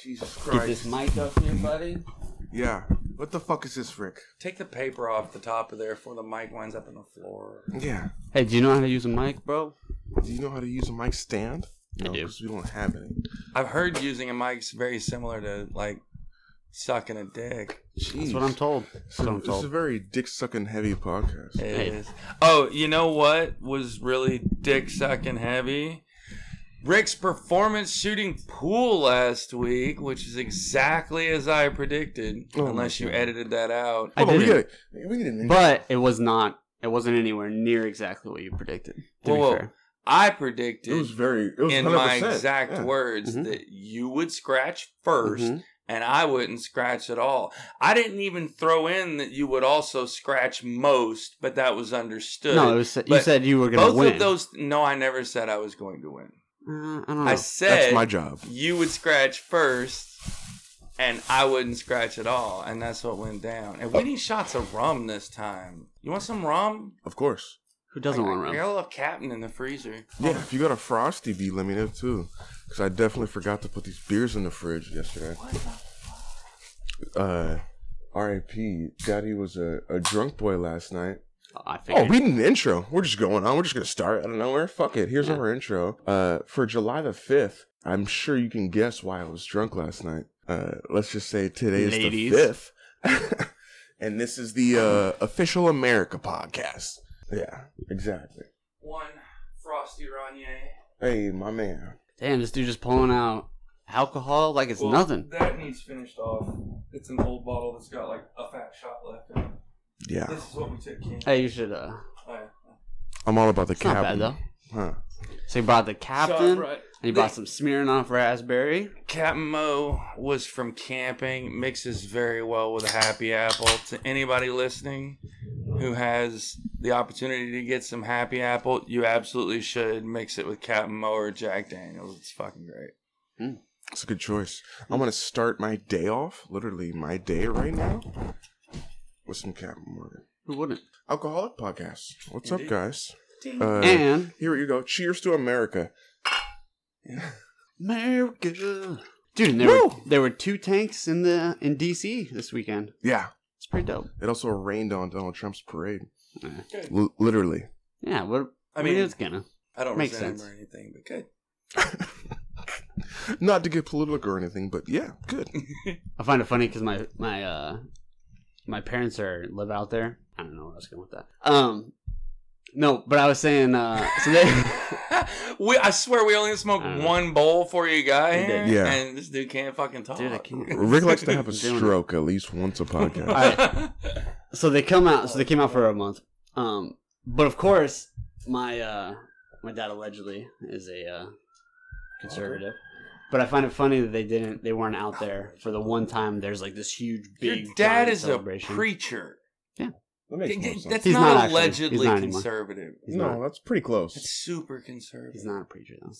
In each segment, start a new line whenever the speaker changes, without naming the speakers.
Jesus
Get
Christ.
this mic up here, buddy.
Yeah. What the fuck is this, Rick?
Take the paper off the top of there before the mic winds up on the floor.
Yeah.
Hey, do you know how to use a mic, bro?
Do you know how to use a mic stand? No,
do.
because we don't have any.
I've heard using a mic's very similar to like sucking a dick.
Jeez.
That's what I'm told. That's what I'm
It's a
told.
very dick sucking heavy podcast.
It
Hey.
is. Oh, you know what was really dick sucking heavy? Rick's performance shooting pool last week, which is exactly as I predicted,
Oh, my
unless you
God.
edited that out.
I
Hold on, we
didn't.
got it. We get an
But it was not. It wasn't anywhere near exactly what you predicted. To
Whoa,
be
whoa.
fair.
I
It was
predicted
very. It was
in
100%.
my exact
yeah.
words
Mhm.
that you would scratch 1st
Mhm.
and I wouldn't scratch at all. I didn't even throw in that you would also scratch most, but that was understood.
No, it was, you
uh, But
said you were going
both
to win.
of those. No, I never said I was going to win.
Uh, I don't know.
I said
That's my job.
you would scratch first, and I wouldn't scratch at all, and that's what went down. And we need shots of rum this time. You want some rum?
Of course.
Who doesn't
I-
want
I
rum?
got a little captain in the freezer.
Oh.
Yeah, if you got a frosty bee, let me know too. Because I definitely forgot to put these beers in the fridge yesterday. Uh, R.I.P. Daddy was a, a drunk boy last night.
I think.
Oh, we need an intro. We're just going on. We're just going to start out of nowhere. Fuck it. Here's our intro. Uh, for July the 5th, I'm sure you can guess why I was drunk last night. Uh, let's just say today is
Ladies.
the 5th. and this is the uh, official America podcast. Yeah, exactly.
One frosty Ranier.
Hey, my man.
Damn, this dude just pulling out alcohol like it's
Well,
nothing.
That needs finished off. It's an old bottle that's got like a fat shot left in it.
Yeah.
This is what we took, Oh, Ken.
Hey, you should. uh
Alright.
I'm all about the
It's not
captain.
bad though.
Huh.
So you brought the captain,
Shot
and
right.
you brought some Smirnoff raspberry.
Captain Mo was from camping, mixes very well with a happy apple. To anybody listening who has the opportunity to get some happy apple, you absolutely should mix it with Captain Mo or Jack Daniels. It's fucking great.
It's a good choice. I'm going to start my day off, literally my day right now, with some Captain Morgan.
Who wouldn't?
Alcoholic podcast. What's up,
Indeed.
guys? Uh,
and
here you go. Cheers to America.
America, dude. And there were there were two tanks in the in DC this weekend.
Yeah.
It's pretty dope.
It also rained on Donald Trump's parade.
Yeah.
L- literally.
Yeah, what?
I
I
mean-
mean, it's gonna.
I don't
Makes
resent him or
sense.
anything, but good.
Not to get political or anything, but yeah, good.
I find it funny because my my uh my parents are live out there. I don't know where I was going with that. Um, no, but I was saying uh, so they.
we, I swear we only smoked
I don't know.
one bowl for you guy
We did.
here,
Yeah.
and this dude can't fucking talk.
Dude, I can't.
Rick likes to have a
I'm doing it.
stroke at least once a podcast.
so they come out so they came out for a month um but of course my uh my dad allegedly is a uh conservative but i find it funny that they didn't they weren't out there for the one time there's like this huge
Your
big
dad
giant
is a
celebration
preacher.
That makes more sense.
That's
He's
not,
not actually. He's
allegedly
not anymore.
conservative.
he's
no,
not
that's pretty
That's
close.
super conservative.
he's not a preacher though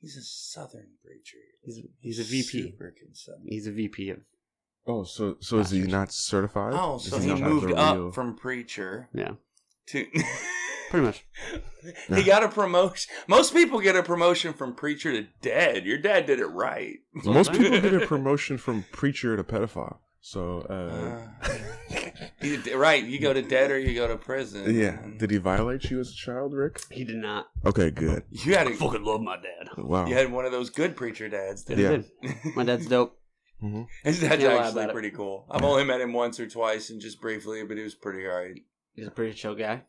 He's a Southern preacher.
he's he's a vp
Super conservative.
he's a vp of
Oh, so so is he not certified?
Oh,
Is
so
he
he
not
moved
the
up
real-
from preacher
yeah
to.
pretty much
he got a promotion. Most people get a promotion from preacher to dead. Your dad did it right.
Most people get a promotion from preacher to pedophile. So, uh,
You did- right, you go to dead or you go to prison.
yeah. Did he violate you as a child, Rick?
he did not
Okay, good.
you had a,
fucking love my dad
Wow.
you had one of those good preacher dads. Didn't
Yeah.
yeah.
you?
my dad's dope
hmm
His dad's
Can't lie
actually
about it.
pretty cool. I've only met him once or twice and just briefly, but he was pretty alright.
he's a pretty chill guy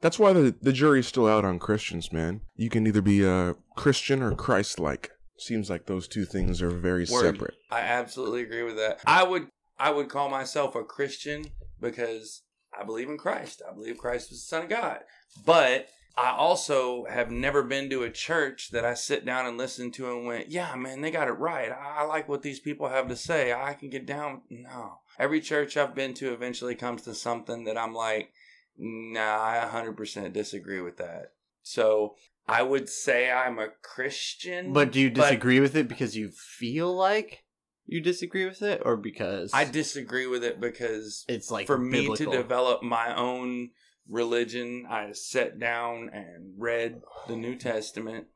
That's why the, the jury's still out on Christians, man. You can either be a Christian or Christ like. Seems like those two things are very
Word.
separate.
I absolutely agree with that. I would I would call myself a Christian because I believe in Christ. I believe Christ was the Son of God. But I also have never been to a church that I sit down and listen to and went, yeah, man, they got it right. I I like what these people have to say. I can get down. No. Every church I've been to eventually comes to something that I'm like, nah, I 100% disagree with that. So I would say I'm a Christian.
but do you disagree with it because you feel like you disagree with it or because
I disagree with it because
it's like
for me to
biblical.
develop my own religion, I sat down and read the New Testament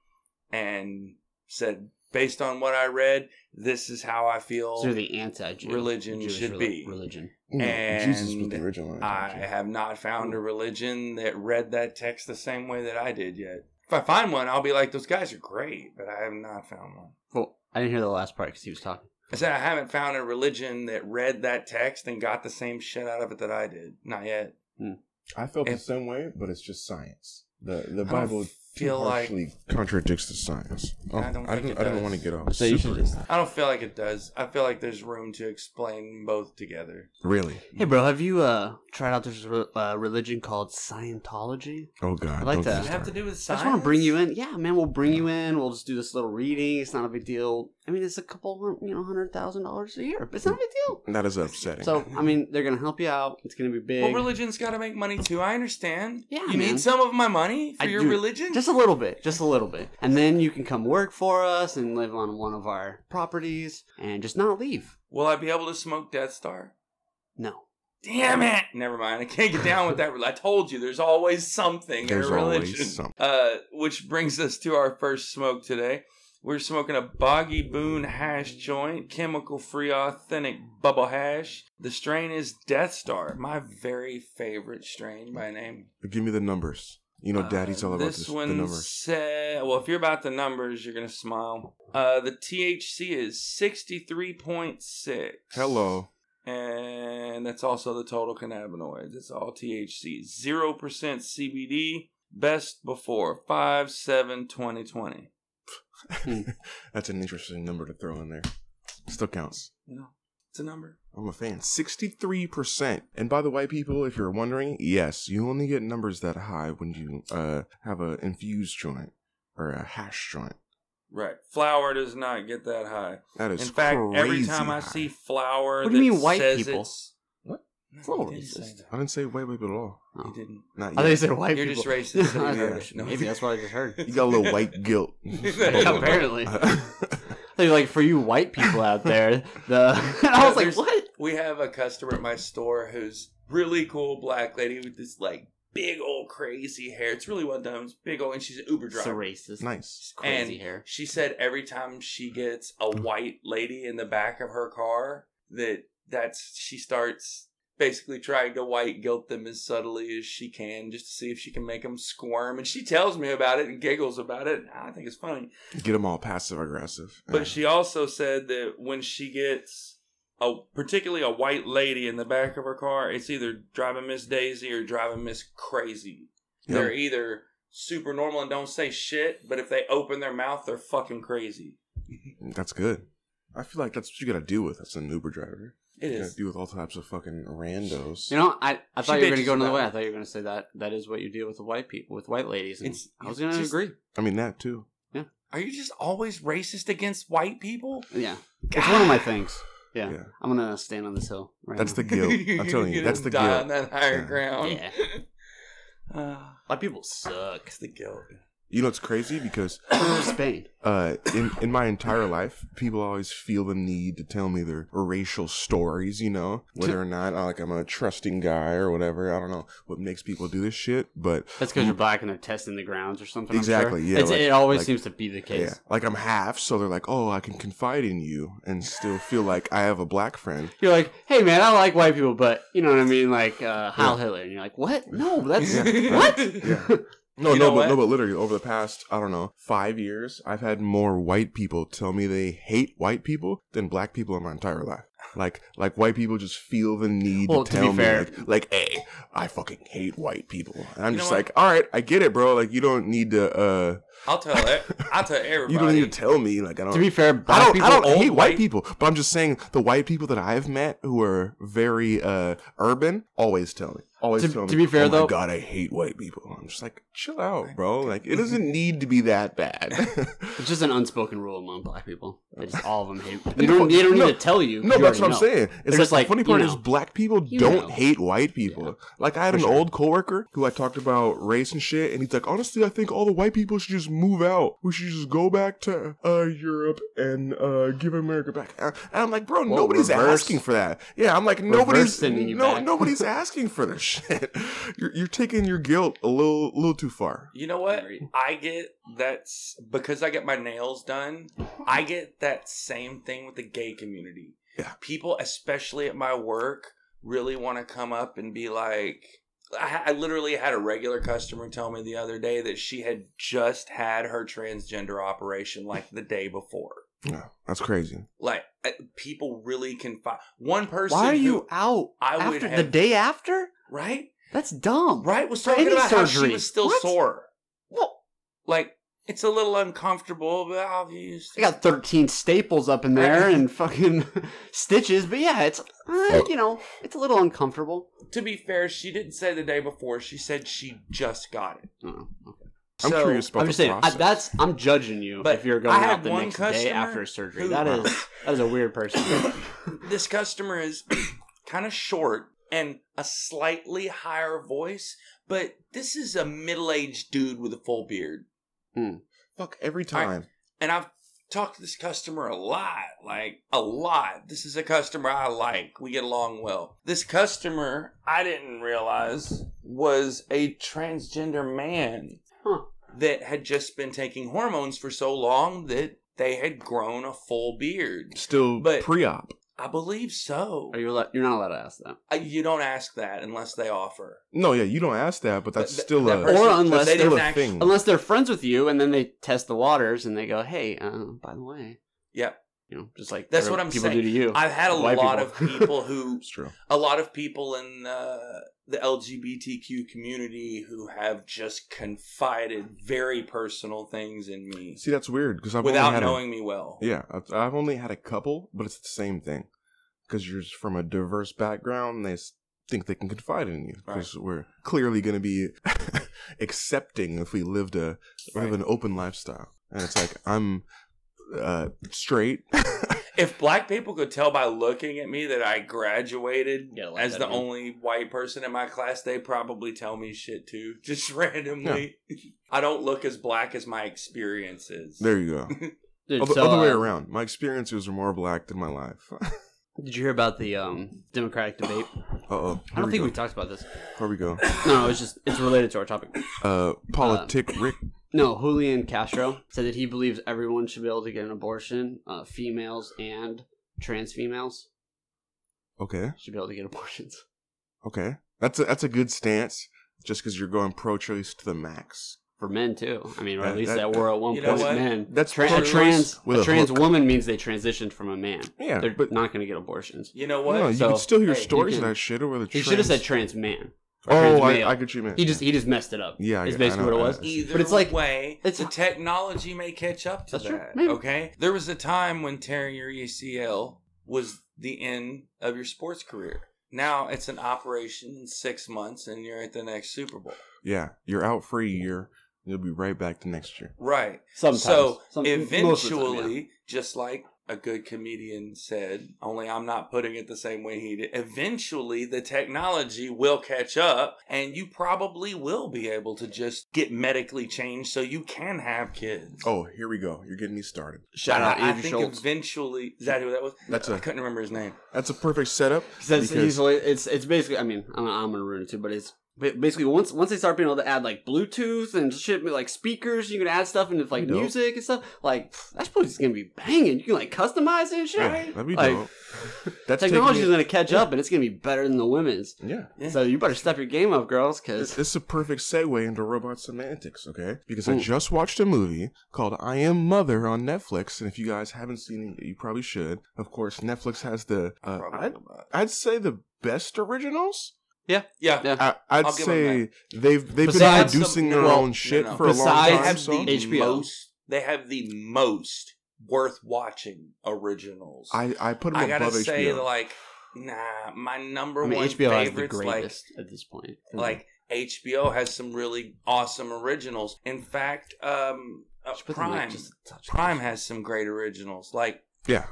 and said, based on what I read, this is how I feel.
So you're the anti-Jew.
religion should
reli-
be.
religion.
Jesus was the
And
original.
I
anti-Jew.
have not found a religion that read that text the same way that I did yet. If I find one, I'll be like, those guys are great, but I have not found one.
Well, I didn't hear the last part because he was talking.
I said I haven't found a religion that read that text and got the same shit out of it that I did. Not yet.
I felt the
And-
same way, but it's just science. The the
don't
Bible
feel
feel
like-
harshly contradicts the science. Oh,
I
I
don't
don't I
think
didn't,
it does.
want to get off.
So you should
super-
just-
I don't feel like it does. I feel like there's room to explain both together.
really.
Hey, bro, have you uh tried out this re- uh, religion called Scientology?
Oh God!
I like
don't get
that.
me
Does it have to
started.
do with
I
science?
just want to bring you in. Yeah, man, we'll bring you in. We'll just do this little reading. It's not a big deal. I mean, it's a couple, hun- you know, hundred thousand dollars a year. It's not a big deal.
That is upsetting.
So, I mean, they're gonna help you out. It's gonna be big.
Well, religion's got to make money too. I understand.
Yeah,
you
man.
need some of my money for
I
your
do.
religion.
Just a little bit, just a little bit. And then you can come work for us and live on one of our properties and just not leave.
Will I be able to smoke Death Star?
No.
Damn it! Never mind. I can't get down with that. I told you, there's always something
There's
in a
always
religion.
something.
Uh, which brings us to our first smoke today. We're smoking a Boggy Boone hash joint, chemical free, authentic bubble hash. The strain is Death Star, my very favorite strain by name.
give me the numbers. You know,
Uh,
Daddy's all about this, the
one
numbers.
sa- well, if you're about the numbers, you're gonna smile. Uh, the THC is sixty three point six.
Hello.
and that's also the total cannabinoids. It's all THC. 0% CBD, best before 5 7 2020.
That's an interesting number to throw in there. Still counts.
You know, it's a number.
I'm a fan. 63%. And by the way, people, if you're wondering, yes, you only get numbers that high when you uh, have a infused joint or a hash joint.
Right. Flour does not get that high.
That is
In fact, every
crazy
time I
high.
see flour,
What do you
that
mean white
says
people?
it's-
What?
No,
It's a little
you didn't say
racist.
that.
I didn't say white people at all.
Oh.
You didn't.
Not
I thought you
yet.
said white
You're
people.
just racist.
I
Yeah.
thought-
No.
Maybe that's what I just heard.
You got a little white guilt.
Yeah,
apparently.
I
Like, like for you white people out there, the I was like,
There's-
what?
We have a customer at my store who's really cool black lady with this like big old crazy hair. It's really well done. It's big old, and she's an Uber
It's a
driver.
racist.
Nice.
Crazy
And-
hair.
She said every time she gets a
Mm-hmm.
white lady in the back of her car, that that's she starts basically trying to white guilt them as subtly as she can, just to see if she can make them squirm. And she tells me about it and giggles about it. And I think it's funny.
Get them all passive aggressive. Yeah.
But she also said that when she gets a particularly a white lady in the back of her car, it's either driving Miss Daisy or driving Miss Crazy.
Yeah.
They're either super normal and don't say shit, but if they open their mouth, they're fucking crazy.
That's good. I feel like that's what you got to deal with as an Uber driver.
It
You got
is.
to deal with all types of fucking randos.
You know, I, I
She
thought you were gonna
bitches
go another
about
way.
it.
I thought you were gonna say that that is what you deal with the white people with white ladies. And
It's-
I was gonna
just-
agree.
I mean, that too.
Are you just always racist against white people?
Yeah. It's one of my things. Yeah.
Yeah.
I'm gonna stand on this hill right
That's the
now.
guilt. I'm telling you, that's the
die on
guilt.
that higher
Yeah.
ground.
Yeah.
Uh,
white people suck.
it's the guilt.
You know, it's crazy because
Spain.
uh, in in my entire life, people always feel the need to tell me their racial stories. You know, whether or not uh, like I'm a trusting guy or whatever. I don't know what makes people do this shit, but
That's because you're black and they're testing the grounds or something. I'm
Exactly,
sure.
yeah,
It's-
like-
it always
like-
seems to be the
yeah,
case.
like I'm half, so they're like, oh, I can confide in you and still feel like I have a black friend.
You're like, hey man, I like white people, but you know what I mean, like uh, Heil Hitler, and you're like, what? No, that's
Yeah.
what?
Yeah. No,
You
no,
know
but no,
what?
but literally over the past, I don't know, five years, I've had more white people tell me they hate white people than black people in my entire life. Like, like white people just feel the need
Well,
to
to
tell
be
me,
fair-
like, like, hey, I fucking hate white people, and I'm
You know
just
what?
like, all right, I get it, bro. Like, you don't need to, uh,
I'll tell it. I'll tell everybody.
you don't need to tell me, like, I don't.
To be fair,
I
black
don't,
people.
I don't
old
hate white
white-
people, but I'm just saying the white people that I've met who are very uh, urban always tell me. Always
To-
tell me.
to be fair,
"Oh my
though-
God, I hate white people. I'm just like, chill out, bro. Like, it doesn't need to be that bad.
It's just an unspoken rule among black people. They just all of them hate. You don't. You don't
no,
need to tell you.
no,
you
that's
already
what I'm
know.
saying. It's
just
like,
like,
the funny
you
part is
know.
black people
You
don't
know.
hate white people. Like, I had
For
an
sure.
old coworker who I talked about race and shit, and he's like, honestly, I think all the white people should just move out. We should just go back to uh, Europe and uh, give America back. And I'm like, bro,
Whoa,
nobody's
reverse-
asking for that. Yeah, I'm like, nobody's
sending you
no,
back.
nobody's asking for this shit. You're, you're taking your guilt a little, little too far.
You know what?
Agreed.
I get that's because I get my nails done. I get that same thing with the gay community.
Yeah.
People, especially at my work, really want to come up and be like, I, I literally had a regular customer tell me the other day that she had just had her transgender operation like the day before.
Yeah, that's crazy.
Like, uh, people really can find one person.
Why are
who-
you out
I would
after the
have-
day after?
right?
That's dumb.
Right? Was
For
talking
any
about how she
surgery.
was still
What?
sore.
Well,
Like, it's a little uncomfortable, but I'll use.
I got 13 staples up in there and fucking stitches, but yeah, it's uh, you know, it's a little uncomfortable.
to be fair, she didn't say the day before. She said she just got it.
Oh, okay.
I'm
So,
curious about
I'm
the
just saying I,
process.
that's I'm judging you
But
if you're going
I had
out the
one
next day
customer
after a surgery.
who-
that is that is a weird person.
this customer is kind of short and a slightly higher voice, but this is a middle-aged dude with a full beard.
Fuck every
I-
time.
And I've talked to this customer a lot, like a lot. This is a customer I like. We get along well. This customer, I didn't realize, was a transgender man
Huh.
that had just been taking hormones for so long that they had grown a full beard.
Still
but-
pre-op.
I believe so.
Are you allowed, you're not allowed to ask that.
Uh, you don't ask that unless they offer.
No, yeah, you don't ask that, but that's
But th-
still
that
a
person-
Or
so
unless
they
still
didn't
a
actually-
thing.
Unless they're friends with you and then they test the waters and they go, "Hey, uh, by the way,
Yeah,
you know, just like
That's
every-
what I'm
people
saying.
do to you."
I've had a
White
lot
people.
of people who,
It's true.
a lot of people in uh, the LGBTQ community who have just confided very personal things in me
See, that's weird because I've only
without
had a-
knowing me well.
yeah, I've, I've only had a couple, but it's the same thing because you're from a diverse background. They s- think they can confide in you because we're clearly going to be accepting if we lived a we live
Right.
an open lifestyle. And it's like I'm uh, straight.
If black people could tell by looking at me that I graduated
Yeah, like
as
that
the
again.
only white person in my class, they probably tell me shit too, just randomly. I don't look as black as my experience is.
there you go.
Dude,
Other,
so,
other way
uh,
around. My experiences are more black than my life. uh
Did you hear about the um, Democratic debate?
oh.
I don't think we Um, talked about this.
Here we go.
No, it's just it's related to our topic.
Uh, politic Rick.
No, Julian Castro said that he believes everyone should be able to get an abortion. Uh, females and trans females
Okay.
should be able to get abortions.
Okay. That's a, that's a good stance. Just because you're going pro-choice to the max.
For men too. I mean, or
Yeah,
at least
that-
that, were at one
You know
point
what?
men.
That's
Tra- a
pro-choice
trans
with
a
a
trans
hook.
woman means they transitioned from a man.
Yeah,
They're
but
not going to get abortions.
You know what?
no, you
So,
can still hear
hey, you
stories of
can-
that shit over the.
He
trans-
should have said trans man. or
Oh,
trans male.
I, I could treat man.
He just he just messed it up.
Yeah, I-
is
I
basically
know,
what it
I-
was.
Either
But it's like-
way,
it's-
the technology may catch up to
That's true,
that.
maybe.
Okay, there was a time when tearing your ACL was the end of your sports career. Now it's an operation in six months, and you're at the next Super Bowl.
Yeah, you're out for a year. You'll be right back the next year.
Right.
Sometimes.
So
Some- most of the time,
eventually,
yeah.
just like a good comedian said, only I'm not putting it the same way he did. Eventually, the technology will catch up, and you probably will be able to just get medically changed so you can have kids.
Oh, here we go. You're getting me started.
Shout out
I- I,
Andrew
think
Schultz.
eventually is that who that was?
That's
I
a
couldn't remember his name.
that's a perfect setup.
Since
Because-
he's like- it's it's basically I mean I'm, I'm gonna ruin it too, but it's ba- basically once once they start being able to add like Bluetooth and shit like speakers, you can add stuff into like
That'd be dope.
music and stuff. Like that's probably just gonna be banging. You can like customize it and shit.
Yeah,
right?
that'd be
Like,
dope. That's taking
Technology's
it-
gonna catch up and it's gonna be better than the women's.
yeah.
Yeah.
So you better step your game up, girls,
It's,
because
it's a perfect segue into robot semantics, okay? Because I
Ooh.
just watched a movie called I Am Mother on Netflix, and if you guys haven't seen it, you probably should. Of course, Netflix has the uh,
Probably
I'd,
not.
I'd say the best originals.
yeah.
Yeah.
I, I'd
I'll give 'em
say they've they've been
Besides
some-
producing their
well,
own shit
no, no.
for a long
Besides
time.
they have
so-
the
HBO.
most. They have the most worth watching originals.
I I put them
I gotta
above
say,
HBO.
like, nah, my number
I mean
one
HBO has the
favorites, like,
greatest Mm-hmm. at this point.
like HBO has some really awesome originals. In fact, um, uh,
Just put them, like,
Prime
just a touch
Prime
closer.
has some great originals, like
yeah,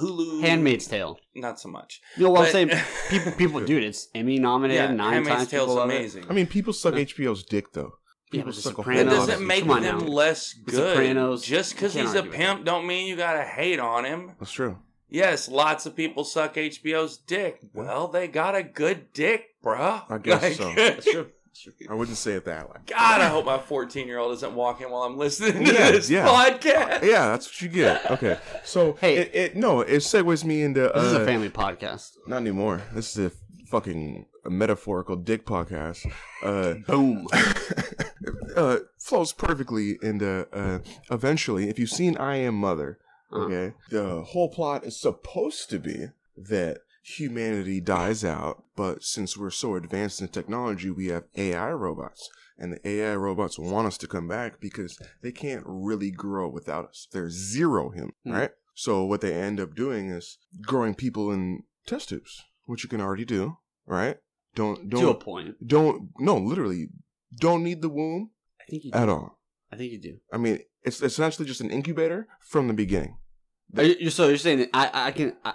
Hulu.
Handmaid's Tale.
not so much.
You know what
But-
I'm saying? People, people, dude, it's Emmy nominated
yeah,
nine
Handmaid's
times.
Tale's
people love it.
amazing.
I mean, people suck HBO's dick though.
Yeah,
People
but The
suck a whole
It
Sopranos-
lot of
doesn't
it.
make
Come on
them
now.
less
The
good.
Sopranos,
Just because
you can't
he's a
argue with
pimp, don't mean you gotta hate on him.
That's true.
Yes, lots of people suck HBO's dick. Well, they got a good dick, bruh.
I guess so.
That's true. That's true.
I wouldn't say it that way.
God, I hope my 14 year old isn't walking while I'm listening to
Yeah,
this
yeah.
podcast.
Yeah, that's what you get. Okay, so
Hey.
it, it no, it segues me into
This is a
uh,
family podcast.
not anymore. This is a fucking metaphorical dick podcast. Uh,
Boom.
uh, flows perfectly into uh, eventually. If you've seen I Am Mother,
Uh-huh.
okay, the whole plot is supposed to be that humanity dies out, but since we're so advanced in technology, we have AI robots. And the AI robots want us to come back because they can't really grow without us. They're zero him,
Hmm.
right? So what they end up doing is growing people in test tubes, which you can already do, right? Don't
to a
don't
point.
don't no literally don't need the womb
I think you do.
at all.
I think you do.
I mean, it's essentially just an incubator from the beginning.
Are you, you're- so you're saying that I I can I,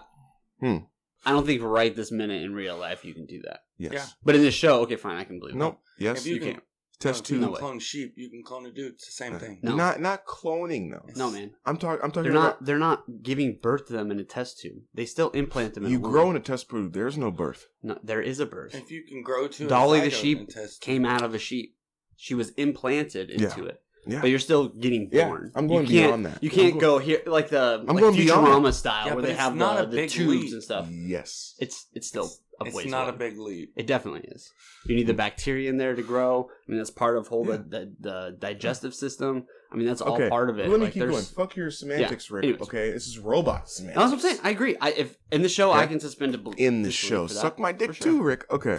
Hmm.
I don't think right this minute in real life you can do that.
Yes.
But in this show, okay, fine, I can believe.
Nope. Yes.
if you,
you
can,
can't.
Test
if you
tube.
No
can
way.
clone sheep, you can clone a dude. It's the same thing.
Uh, No.
Not not cloning though.
That. No man,
I'm talking. I'm talking
they're
about
not. They're not giving birth to them in a test tube. They still implant them. In
you
a woman.
grow in a test tube. There's no birth.
No, there is a birth.
If you can grow to a
Dolly the
zygote
sheep
and test-
Came out of a sheep. She was implanted
Yeah.
into it.
Yeah.
But you're still getting
Yeah,
born.
I'm going
you can't-
beyond that.
You
I'm
can't
going-
go here like the
I'm
like
going beyond
Futurama style
Yeah,
where
but
they
it's
have
not
the,
a
the
big
tubes
leap.
and stuff.
Yes.
It's it's still a
It's
ways
not a
away.
big leap.
It definitely is. You need the bacteria in there to grow. I mean, that's part of whole
Mm. Yeah.
the, the the digestive system. I mean, that's all
okay.
part of it.
Let me
Like,
keep
there's-
going. Fuck your semantics, Rick.
Anyways.
Okay. This is robot semantics.
That's what I'm saying. I agree. I if in the show I
Yeah.
can suspend a belief
In the
disbelief
show,
for that.
suck my dick
For sure.
too, Rick. Okay.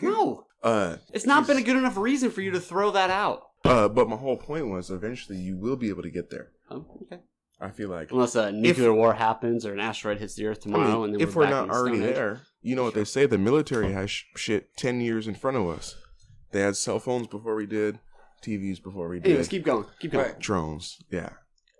No,
Uh.
it's not been a good enough reason for you to throw that out.
Uh. But my whole point was, eventually, you will be able to get there.
Oh, okay.
I feel like.
Unless a nuclear war happens or an asteroid hits the Earth
I
tomorrow,
mean,
and then
if
we're,
we're
back
not
in the Stone
already
Age.
there, you know what they say. The military has sh- shit ten years in front of us. They had cell phones before we did, TVs before we did,
Anyways, keep going. Keep going.
Right.
drones. Yeah,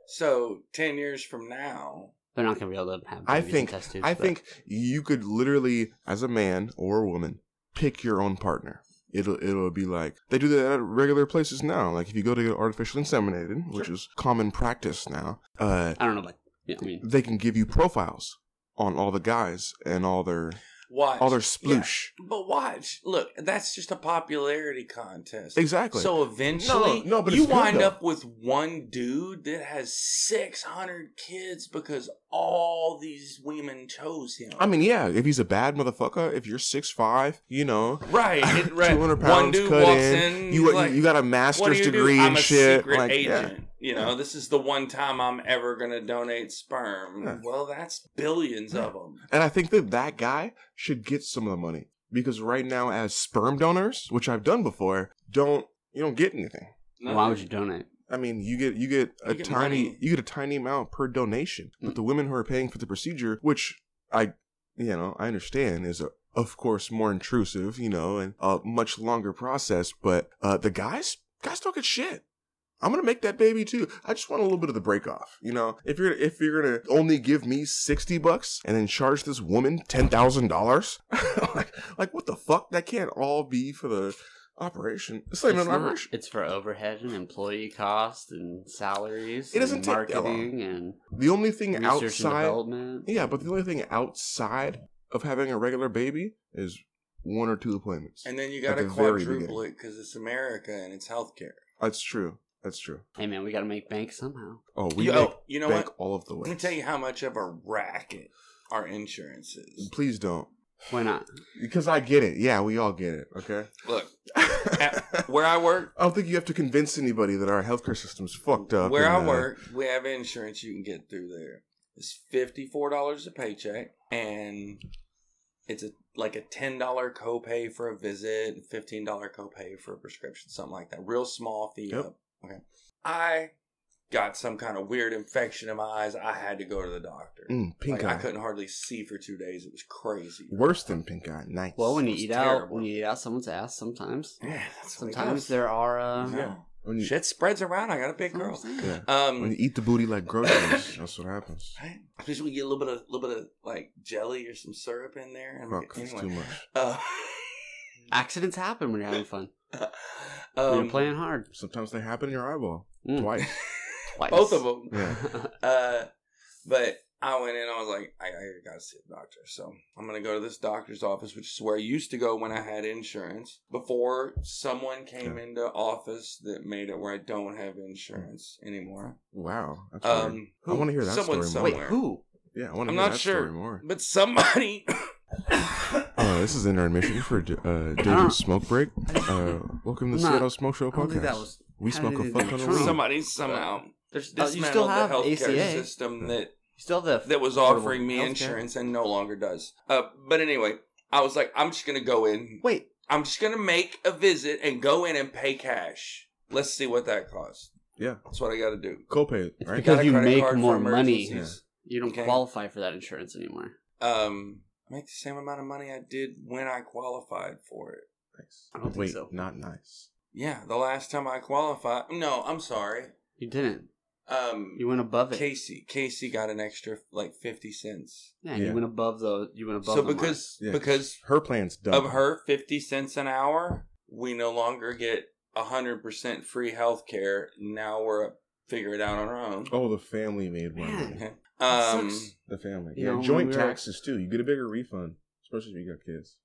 So ten years from now,
They're not going to be able to have.
I
babies in
think-
Test tubes,
I
but-
think you could literally, as a man or a woman, pick your own partner. It'll it'll be like they do that at regular places now. Like if you go to get artificial inseminated, which is common practice now, uh,
I don't know, but yeah, I mean,
they can give you profiles on all the guys and all their
watch
all their
Yeah.
sploosh.
But watch, look, that's just a popularity contest.
Exactly.
So eventually,
No, no, but
you
it's good,
wind
though.
up with one dude that has six hundred kids because all these women chose him.
I mean, yeah, if he's a bad motherfucker, if you're six five, you know,
right? It, right.
200
one
pounds
dude
cut
walks
in,
in.
you
he's Mm, like,
you got a
what do
master's
you do?
degree
I'm
and
a
shit.
secret
like, yeah.
agent. You know, this is the one time I'm ever gonna donate sperm.
Yeah.
Well, that's billions of them.
And I think that that guy should get some of the money because right now, as sperm donors, which I've done before, don't you don't get anything.
why would you donate?
I mean, you get you get a
You get
tiny
money.
you get a tiny amount per donation, but the women who are paying for the procedure, which I you know I understand is a, of course more intrusive, you know, and a much longer process. But uh, the guys guys don't get shit. I'm gonna make that baby too. I just want a little bit of the break off, you know. If you're if you're gonna only give me sixty bucks and then charge this woman ten thousand dollars, like like what the fuck? That can't all be for the operation. It's not
It's,
even an
not.
operation.
It's for overhead and employee costs and salaries.
It
and
doesn't take that long.
marketing and
The only thing
research and
outside
development.
Yeah, but the only thing outside of having a regular baby is one or two appointments.
And then you
At
got to
the very
quadruple
beginning.
it because it's America and it's healthcare.
That's true. That's true.
Hey man, we got to make bank somehow.
Oh, we
you,
make
oh, you know
bank
what?
all of the way.
Let me tell you how much of a racket our insurance is.
Please don't,
Why not?
because I get it. Yeah, we all get it. Okay.
Look,
I
at where I work,
don't think you have to convince anybody that our healthcare system's fucked up.
where I
and, uh,
work, we have insurance you can get through there. It's fifty four dollars a paycheck, and it's a like a ten dollar copay for a visit, and fifteen dollar copay for a prescription, something like that. Real small fee.
Yep.
Up. Okay, I got some kind of weird infection in my eyes. I had to go to the doctor.
mm, pink
Like, I
eye.
couldn't hardly see for two days. It was crazy.
Worse than pink eye. Nice.
Well, when you
It's
eat out,
terrible.
when you eat out someone's ass, sometimes,
Yeah, that's what it
sometimes
is.
there are. Uh,
No.
Yeah. when you,
Shit spreads around. I got a big
that's what I'm
girl.
saying.
yeah. Mm. when
Um,
you eat the booty like groceries, that's what happens.
right? I just want to get a little bit of, little bit of like jelly or some syrup in there. And
Fuck, Oh, it's too
anyway,
much.
uh,
Accidents happen when you're having fun.
um,
when you're playing hard.
Sometimes they happen in your eyeball
Mm,
twice.
twice.
both of them.
Yeah.
Uh, but I went in. I was like, I, I gotta see a doctor. So I'm gonna go to this doctor's office, which is where I used to go when I had insurance. Before someone came
Yeah.
into office that made it where I don't have insurance anymore.
Wow. That's weird.
Um,
I wanna hear that
someone
story more.
Wait,
somewhere.
who?
Yeah, I want to
I'm
hear
not
that
sure.
story more.
But somebody.
Uh, this is intermission for uh,
don't-
David's smoke break. Uh, welcome to
Uh-huh. I'm not-
Seattle Smoke Show
I don't think
podcast.
that was.
we
I
smoke
didn't
a
even
fuck on
think
a
it was
week.
true.
somebody somehow
There's, uh, you
dismantled
still have
the healthcare
ACA. You
system that
still have the.
that was offering me insurance and no longer does. Uh, but anyway, I was like, I'm just gonna go in.
Wait,
I'm just gonna make a visit and go in and pay cash. Let's see what that costs.
Yeah.
that's what I got to do.
Copay,
It's
right?
because-
Got a
you
credit
make
card for
more money.
emergencies.
you don't
Okay.
qualify for that insurance anymore.
Um, I make the same amount of money I did when I qualified for it.
Nice.
I don't think
Wait,
so.
not nice.
Yeah, the last time I qualified. No, I'm sorry.
You didn't.
Um,
You went above it.
Casey, Casey got an extra like fifty cents.
yeah,
Yeah.
you went above the. You went above.
so
the mark.
because
Yeah.
because
Her plan's dumb.
of her 50 cents an hour, we no longer get 100% free health care. Now we're up, figure it out on our own.
Oh, the family made one.
Man.
right?
Okay.
That
Um,
sucks.
The family.
You
yeah,
know, when
joint
we were-
taxes too. You get a bigger refund, especially if you got kids.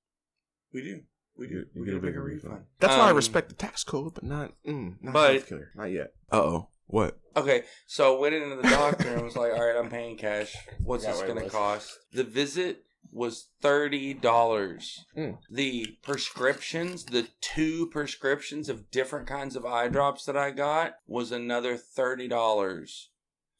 we do. We
You
do.
get- you
We
get
get a
a
bigger
bigger
refund.
refund. That's why I
Um,
respect the tax code, but not, mm, not
but-
healthcare. Not yet. Uh oh. What?
Okay, so I went into the doctor and was like, all right, I'm paying cash. What's
Forgot
this
where it
going to
was.
cost? The visit was $30.
Hmm.
Mm.
The prescriptions, the two prescriptions of different kinds of eye drops that I got, was another $30.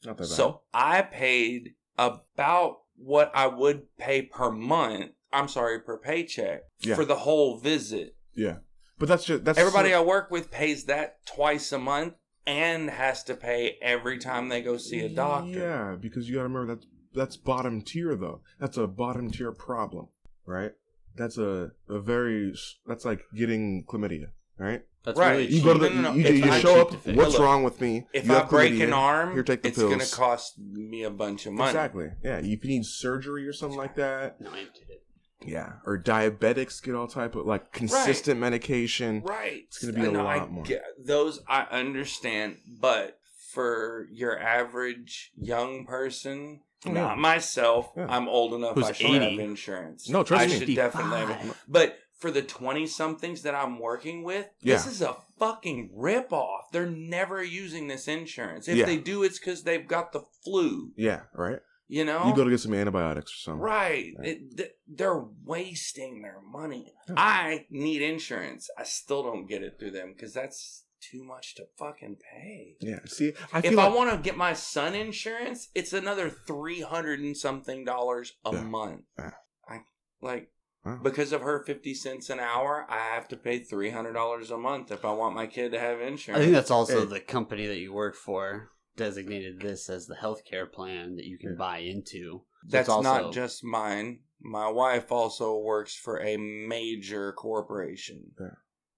Not that bad.
So I paid about what I would pay per month. I'm sorry, per paycheck
Yeah.
for the whole visit.
yeah, but that's just that's
Everybody I work with pays that twice a month and has to pay every time they go see a doctor.
Yeah, because you got to remember that's that's bottom tier though. That's a bottom tier problem, right? That's a a very s- that's like getting chlamydia, right?
that's
Right.
really
You go to the,
No, no, no.
you,
If
you
I
show up.
cheat to fix-
What's
Look,
wrong with me?
If
You
I
have
break an
chlamydia.
arm,
Here, take the
it's going to
pills.
cost me a bunch of money.
Exactly. Yeah, if you need surgery or something like that.
No, I did it.
Yeah, or diabetics get all type of like consistent medication.
Right.
It's gonna be a
And I
lot more.
get- those I understand, but for your average young person,
Oh,
not
yeah.
myself,
Yeah.
I'm old enough
Who's
I should
80.
have insurance.
No, trust
I
me.
should definitely have
Fifty-five.
But for the 20 somethings that I'm working with, this
Yeah.
is a fucking ripoff. They're never using this insurance. If
Yeah.
they do, it's because they've got the flu,
Yeah, right.
you know?
You go to get some antibiotics or something.
Right.
Right.
It, th- they're wasting their money.
Yeah.
I need insurance. I still don't get it through them because that's too much to fucking pay.
Yeah. See, I feel
if I
like-
want to get my son insurance, it's another 300 and something dollars a
Yeah.
month.
Yeah.
I like
Wow.
because of her 50 cents an hour, I have to pay $300 a month if I want my kid to have insurance.
I think that's also
Hey.
the company that you work for designated this as the healthcare plan that you can
Yeah.
buy into. So
That's
it's also-
not just mine. My wife also works for a major corporation.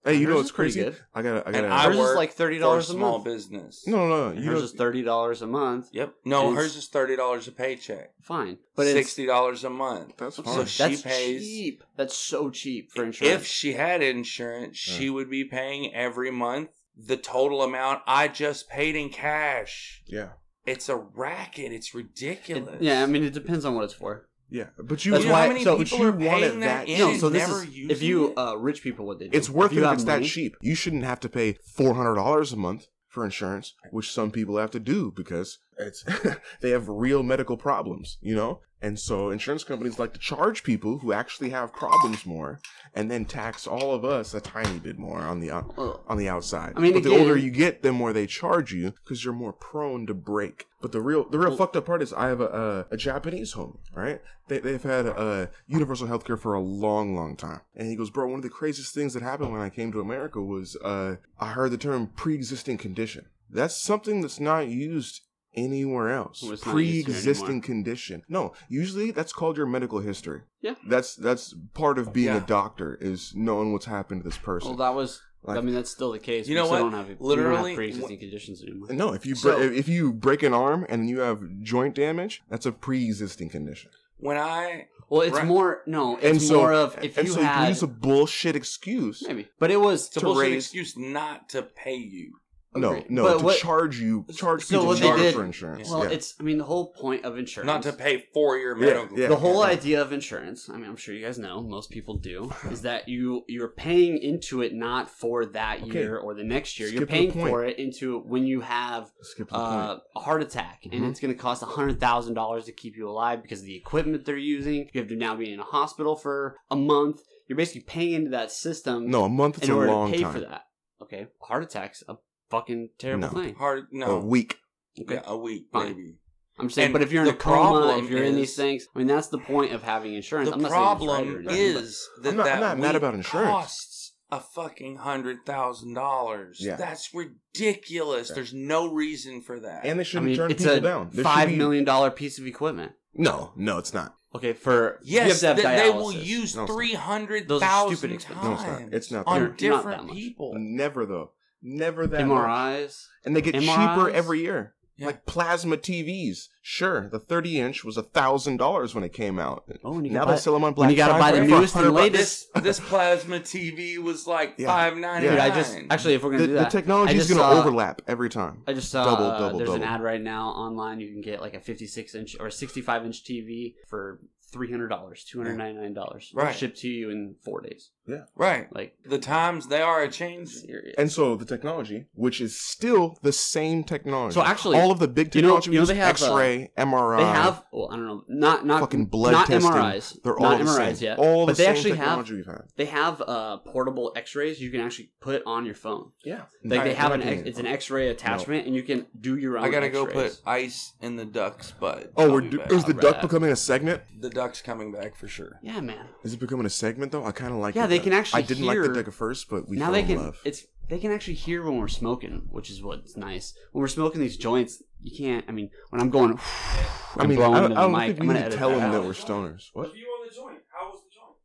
hey, you
Hers
know
is
what's crazy?
Pretty good.
I gotta, I
And
gotta.
I
Hers is
work
like thirty
For a
dollars a
small
month.
business.
no, no, no.
And
You
hers
know-
is thirty dollars a month.
Yep. No,
Is-
hers is thirty dollars a paycheck.
Fine,
But
but it's
sixty dollars a month.
that's
So
fine.
she
that's
pays-
cheap. That's so cheap for
If
insurance. Hmm.
she had insurance, she would be paying every month the total amount I just paid in cash.
Yeah,
It's a racket. It's
It-
ridiculous.
yeah, I mean it depends on what it's for.
yeah. But you,
That's
you know
why-
how many
so-
people
but you
are
want it
paying that,
that
in
cheap.
no,
and
so this
never
is
using
if you
it?
uh, rich people what they do.
it's worth
if
it
you
if
have
it's
money-
that cheap. You shouldn't have to pay four hundred dollars a month for insurance, which some people have to do because it's they have real medical problems, you know. And so insurance companies like to charge people who actually have problems more, and then tax all of us a tiny bit more on the out-
Well,
on the outside.
I mean,
but the
again-
older you get, the more they charge you because you're more prone to break. But the real, the real fucked up part is I have a, a, a Japanese homie, right? They, they've had uh, universal healthcare for a long, long time. And he goes, bro, one of the craziest things that happened when I came to America was uh, I heard the term pre-existing condition. That's something that's not used anywhere else.
Well, it's not used here
Pre-existing
anymore.
condition. No, usually that's called your medical history.
Yeah.
That's that's part of being
Yeah.
a doctor is knowing what's happened to this person.
well, that was. I
Like-
mean, that's still the case.
You
We
know
still
what?
Don't have, we don't
Literally,
have pre-existing
wh-
conditions anymore.
No, if you
So-
bre- if you break an arm and you have joint damage, that's a pre-existing condition.
when I
Well, it's
Right.
more no. It's
and so,
more of if
and
you
so you
had
can use a bullshit excuse.
maybe, but it was
it's a
To
bullshit
raise-
excuse not to pay you.
No,
Agree.
no,
But
to
what-
charge you, charge
So
people
what
they
charge
did-
for insurance.
Well,
yeah.
it's I mean the whole point of insurance.
Not to pay for your
Yeah,
medical.
yeah.
the whole
yeah.
idea of insurance, I mean, I'm sure you guys know, most people do, is that you you're paying into it not for that
Okay.
year or the next year.
Skip to
You're
the
paying
point.
for it into when you have
Skip to the
uh, a heart attack, and
Mhm.
it's going to cost hundred thousand dollars to keep you alive because of the equipment they're using. You have to now be in a hospital for a month. You're basically paying into that system
point. No, a month is
in
a
order
long
to pay
time.
for that. Okay, heart attacks a fucking terrible
No.
thing.
Hard no.
A week.
Okay.
Yeah, a week,
Fine.
maybe.
I'm saying,
And
but if you're in
the
a coma,
problem
if you're in these
is-
things, I mean, that's the point of having insurance.
The
I'm not saying
problem
it's right or nothing, but-
is that
I'm not-
that
I'm not mad
week
about insurance.
costs a fucking hundred thousand dollars.
Yeah.
That's ridiculous.
Yeah.
There's no reason for that.
And they
I
shouldn't
mean,
turn
it's
people
a
down. There
five
should be-
million dollar piece of equipment.
No, no, it's not.
Okay, for you
yes,
have to have
that they will
dialysis.
use
No, it's not.
three hundred
Those are
thousand
stupid
times
expenses.
No, it's not. It's not
that
on
much. Not that
different
much.
people.
Never though. Never that. much.
MRIs.
And they get cheaper
MRIs?
every year.
Yeah.
Like plasma TVs. Sure, the 30 inch was a thousand dollars when it came out.
Oh, and you
now
gotta
they
buy-
sell them on Black
when you gotta buy
Friday
the
for
newest and
100 bucks.
latest.
This this plasma TV was like
Yeah.
five ninety
Yeah.
Dude,
nine.
I just actually, if we're gonna
The,
do
the
that,
technology
I
is
just
going to
saw-
overlap every time.
I just saw
Double,
uh,
double,
there's an
double.
ad right now online. You can get like a 56 inch or 65 inch TV for three hundred dollars, two hundred ninety nine dollars,
Right.
shipped to you in four days.
right.
Like,
The times they are a change.
serious.
And so the technology, which is still the same technology.
So actually,
all of the big
you know-
technology,
you know
we use,
they have, uh,
X-ray, MRI,
they have. Well, I don't know. Not not
fucking blood
not
testing.
MRIs.
They're all
not
the
MRIs
same.
yet.
All
but
the
they
same
actually have
technology we've had.
they have uh, portable X-rays you can actually put on your phone.
Yeah,
Like they
Alright,
have an X, it's an X-ray attachment, and you can do your own.
I gotta go
X-rays.
put ice in the duck's butt.
Oh,
I'll
we're
be
do-
back.
is the
I'll
duck
wrap.
becoming a segment?
the duck's coming back for sure.
Yeah, man.
Is it becoming a segment though? I kind of like.
Yeah,
the
they
duck.
can actually
I didn't like
hear-
the duck at first, but we
now
fell
they
in
can.
love.
It's they can actually hear when we're smoking, which is what's nice. When we're smoking these joints, you can't. I mean, when I'm going,
I
I'm
mean,
blowing
I don't,
into
I
the
don't
mic.
think
I'm
we need
gonna
to
edit
tell
that
them
out.
that we're stoners. What?
you on the joint? How was the joint?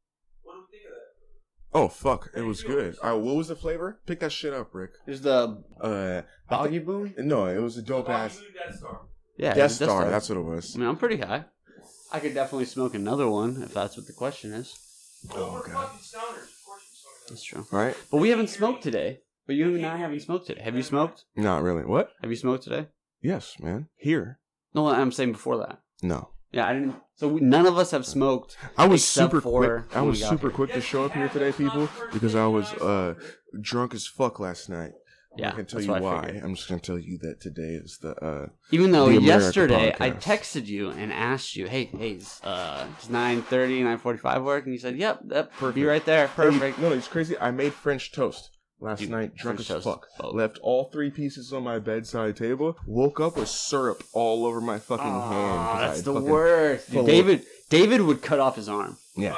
What do we think of that?
Oh fuck! It was good. All right, what was the flavor? Pick that shit up, Rick.
There's the
Uh,
boggy boom.
no, it was a dope ass
Yeah,
Death
it's a
Star. That's what it was.
I mean, I'm pretty high. I could definitely smoke another one if that's what the question is.
Oh god!
That's true.
Right?
But we haven't smoked today. But you and I haven't smoked today. Have you smoked?
Not really. What?
Have you smoked today?
Yes, man. Here?
No, I'm saying before that.
No.
Yeah, I didn't. So we, none of us have smoked.
I was
Except
super
for
quick. I
when
was
we got
super
here.
quick to show up here today, people, because I was uh drunk as fuck last night.
Yeah,
I can tell
that's
you
what I
why.
figured.
I'm just gonna tell you that today is the uh
Even though
The America
yesterday I
podcast.
texted you and asked you, "Hey, hey, is, uh, does 9:30, 9:45 work?" And you said, "Yep, yep, be right there, perfect."
No, no, it's crazy. I made French toast last
Dude,
night, drunk
French
as
toast Oh.
fuck.
is dope.
Left all three pieces on my bedside table. Woke up with syrup all over my fucking hand.
Aw,
'cause
that's
I
the
fucking-
worst. Dude,
full-
David, David would cut off his arm.
Yeah.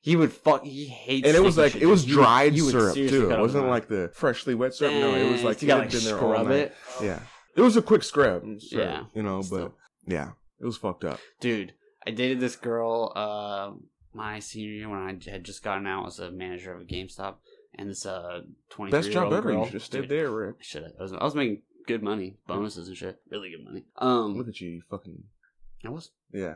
He would fuck. He hates.
And it was
sticky
like
shit,
it was
dude. He would-
dried
he would
syrup
seriously
too.
cut
It
off his
wasn't
arm.
like the freshly wet syrup. No, it was
Dang,
like
you
it
gotta
had
like
been there all
scrub
night.
it,
Yeah, it was a quick scrub. sure,
Yeah.
you know, but
Still.
yeah, it was fucked up.
dude. I dated this girl uh, my senior year when I had just gotten out as a manager of a GameStop, and this uh twenty
Best job ever.
Girl,
You should
Dude,
stayed there, Rick.
I should have. I was, I was making good money, bonuses and shit. Really good money. Um,
Look at you, you fucking
I was.
yeah.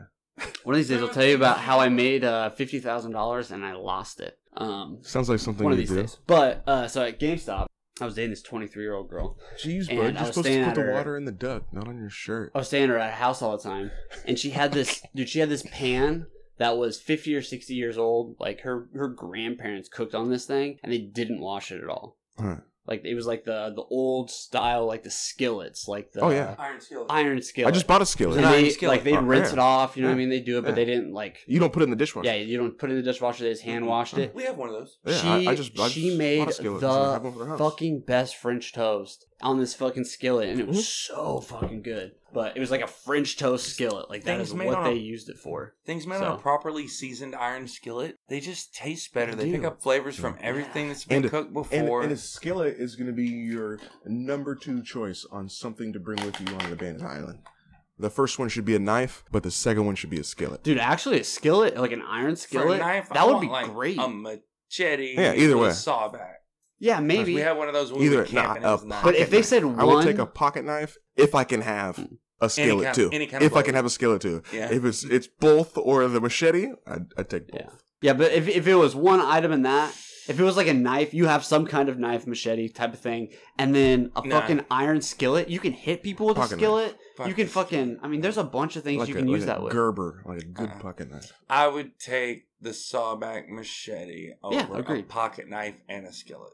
One of these days, I'll tell you about how I made uh, fifty thousand dollars and I lost it. Um,
Sounds like something
one of
you
these
do.
days. But uh, so at GameStop, I was dating this twenty-three-year-old girl.
Jeez,
And
bro,
I
you're
was Oh,
supposed
staying
to put
at
the
her-
water in the duck, not on your shirt.
I was staying at her at her house all the time, and she had this dude. She had this pan that was fifty or sixty years old. Like her her grandparents cooked on this thing, and they didn't wash it at all.
Huh.
Like it was like the the old style, like the skillets, like the
Oh, yeah.
Iron skillet.
iron
I
skillet.
just bought a
and
skillet.
An iron
they,
skillet.
like they
Oh,
rinse
yeah.
it off. You know what I
Yeah.
mean? They do it, but
Yeah.
they didn't like.
You don't put it in the dishwasher.
Yeah, you don't put it in the dishwasher. They just hand washed it.
We have one of those.
Yeah,
she
I, I just I
she
just
made
bought a skillet so I have one for the
the
house.
fucking best French toast on this fucking skillet, and it was so fucking good. But it was like a French toast skillet. Like that
Things
is
made
what
on a-
they used it for.
Things made on a
So.
properly seasoned iron skillet, they just taste better. They
They
pick
do.
up flavors from everything that's been
And-
cooked
And,
before.
and a skillet is going to be your number two choice on something to bring with you on an abandoned island. The first one should be a knife, but the second one should be a skillet.
Dude, actually, a skillet, like an iron
For a
skillet,
knife, I
that would
want,
be
like, um,
great.
A machete.
Yeah, either
with
way.
a sawback.
yeah, maybe.
We had one of those. When we
Either-
were camping,
nah,
it was
a
nice.
but if they
knife.
said
I will
one,
take a pocket knife if I can have a skillet
kind-
too.
any kind of
if I
blade.
can have a skillet too.
Yeah.
If it's it's both or the machete, I I take both.
yeah, but if if it was one item in that, If it was like a knife, you have some kind of knife, machete type of thing, and then a
Nah.
fucking iron skillet. You can hit people with
Pocket
a
knife.
skillet. You
Fuck
can
this.
fucking. I mean, there's a bunch of things you can
a,
use
like a
that with.
Gerber, like a good
Uh-uh.
pocket knife.
I would take the sawback machete over
Yeah,
a
agreed.
pocket knife and a skillet.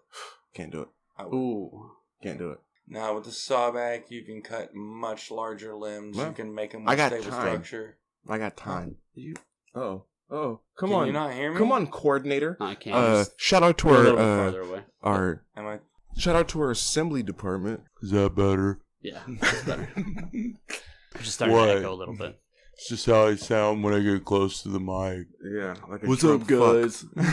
Can't do it.
I would.
Ooh,
Can't do it.
Now with the sawback, you can cut much larger limbs.
Well,
you can make them
I
with
got
stable
time.
structure.
I got time. You. Oh. Oh. Come
can
on.
you not hear me?
Come on, coordinator.
no, I can't.
Uh,
Just
shout out to
go a little
our
bit
uh,
farther away.
our
Am I?
shout out to our assembly department. Is that better?
Yeah, that's better. I'm just starting
Why?
to echo a little bit.
It's just how I sound when I get close to the mic.
Yeah. Like a
What's up,
drunk
guys?
fuck.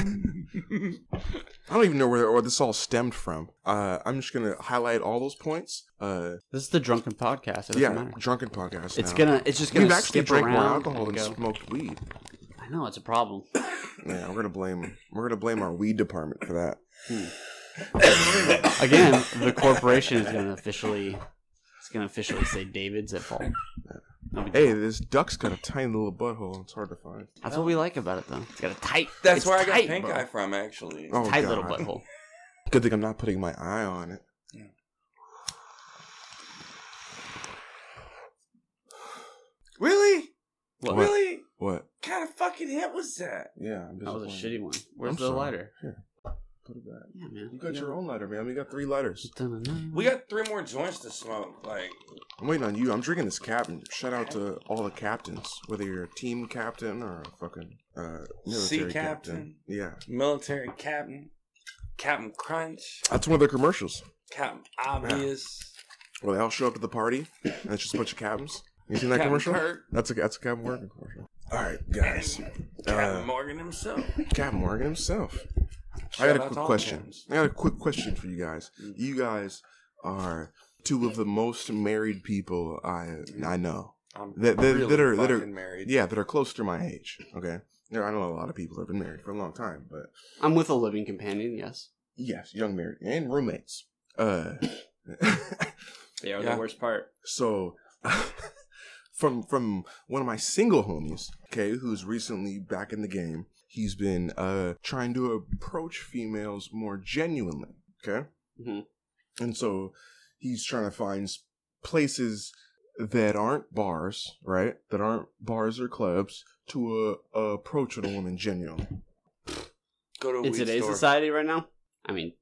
I don't even know where, where this all stemmed from. Uh, I'm just gonna highlight all those points. Uh,
This is the drunken podcast. It doesn't
yeah,
matter.
drunken podcast.
It's
now.
gonna. It's just gonna
We've actually
skip
drank more
around
alcohol and
go.
smoked weed.
I know it's a problem.
Yeah, we're gonna blame we're gonna blame our weed department for that.
Again, the corporation is gonna officially. It's gonna officially say David's at fault. No big
Hey,
deal.
this duck's got a tiny little butthole. It's hard to find.
that's what we like about it, though. It's got a tight.
That's
it's
where I got
tight,
pink
bro.
eye from, actually.
Oh,
tight
God.
little butthole.
Good thing I'm not putting my eye on it.
Really?
What?
Really?
What?
kind of fucking hit was that?
Yeah, I'm
That was a
disappointed.
shitty one. Where's
I'm
the
sorry.
lighter?
Put it back.
Yeah, man.
You got your own lighter, man. We got three lighters.
We got three more joints to smoke. Like,
I'm waiting on you. I'm drinking this captain. Shout out to all the captains, whether you're a team captain or a fucking uh,
Sea
military captain.
captain.
Yeah,
military captain, Captain Crunch,
that's one of their commercials.
Captain Obvious,
Well, they all show up to the party, and it's just a bunch of captains. You seen that
Captain
commercial?
Kirk,
That's a that's a Captain Morgan commercial. All right, guys.
Captain
Uh,
Morgan himself.
Captain Morgan himself. I got
Shout
a
out to
quick
all
question.
captains.
I got a quick question for you guys.
Mm.
You guys are two of the most married people I I know.
I'm
That- that- that are- that are-
fucking married.
Yeah, that are close to my age. Okay, there I know a lot of people that have been married for a long time, but
I'm with a living companion. Yes.
yes, young married and roommates. Uh,
They are
Yeah.
the worst part.
so from from one of my single homies, okay, who's recently back in the game. He's been uh trying to approach females more genuinely. Okay,
Mhm.
and so he's trying to find s- places that aren't bars, right? That aren't bars or clubs to uh, approach a woman genuinely.
Go to a
In
weed
today's
store.
society, right now. I mean,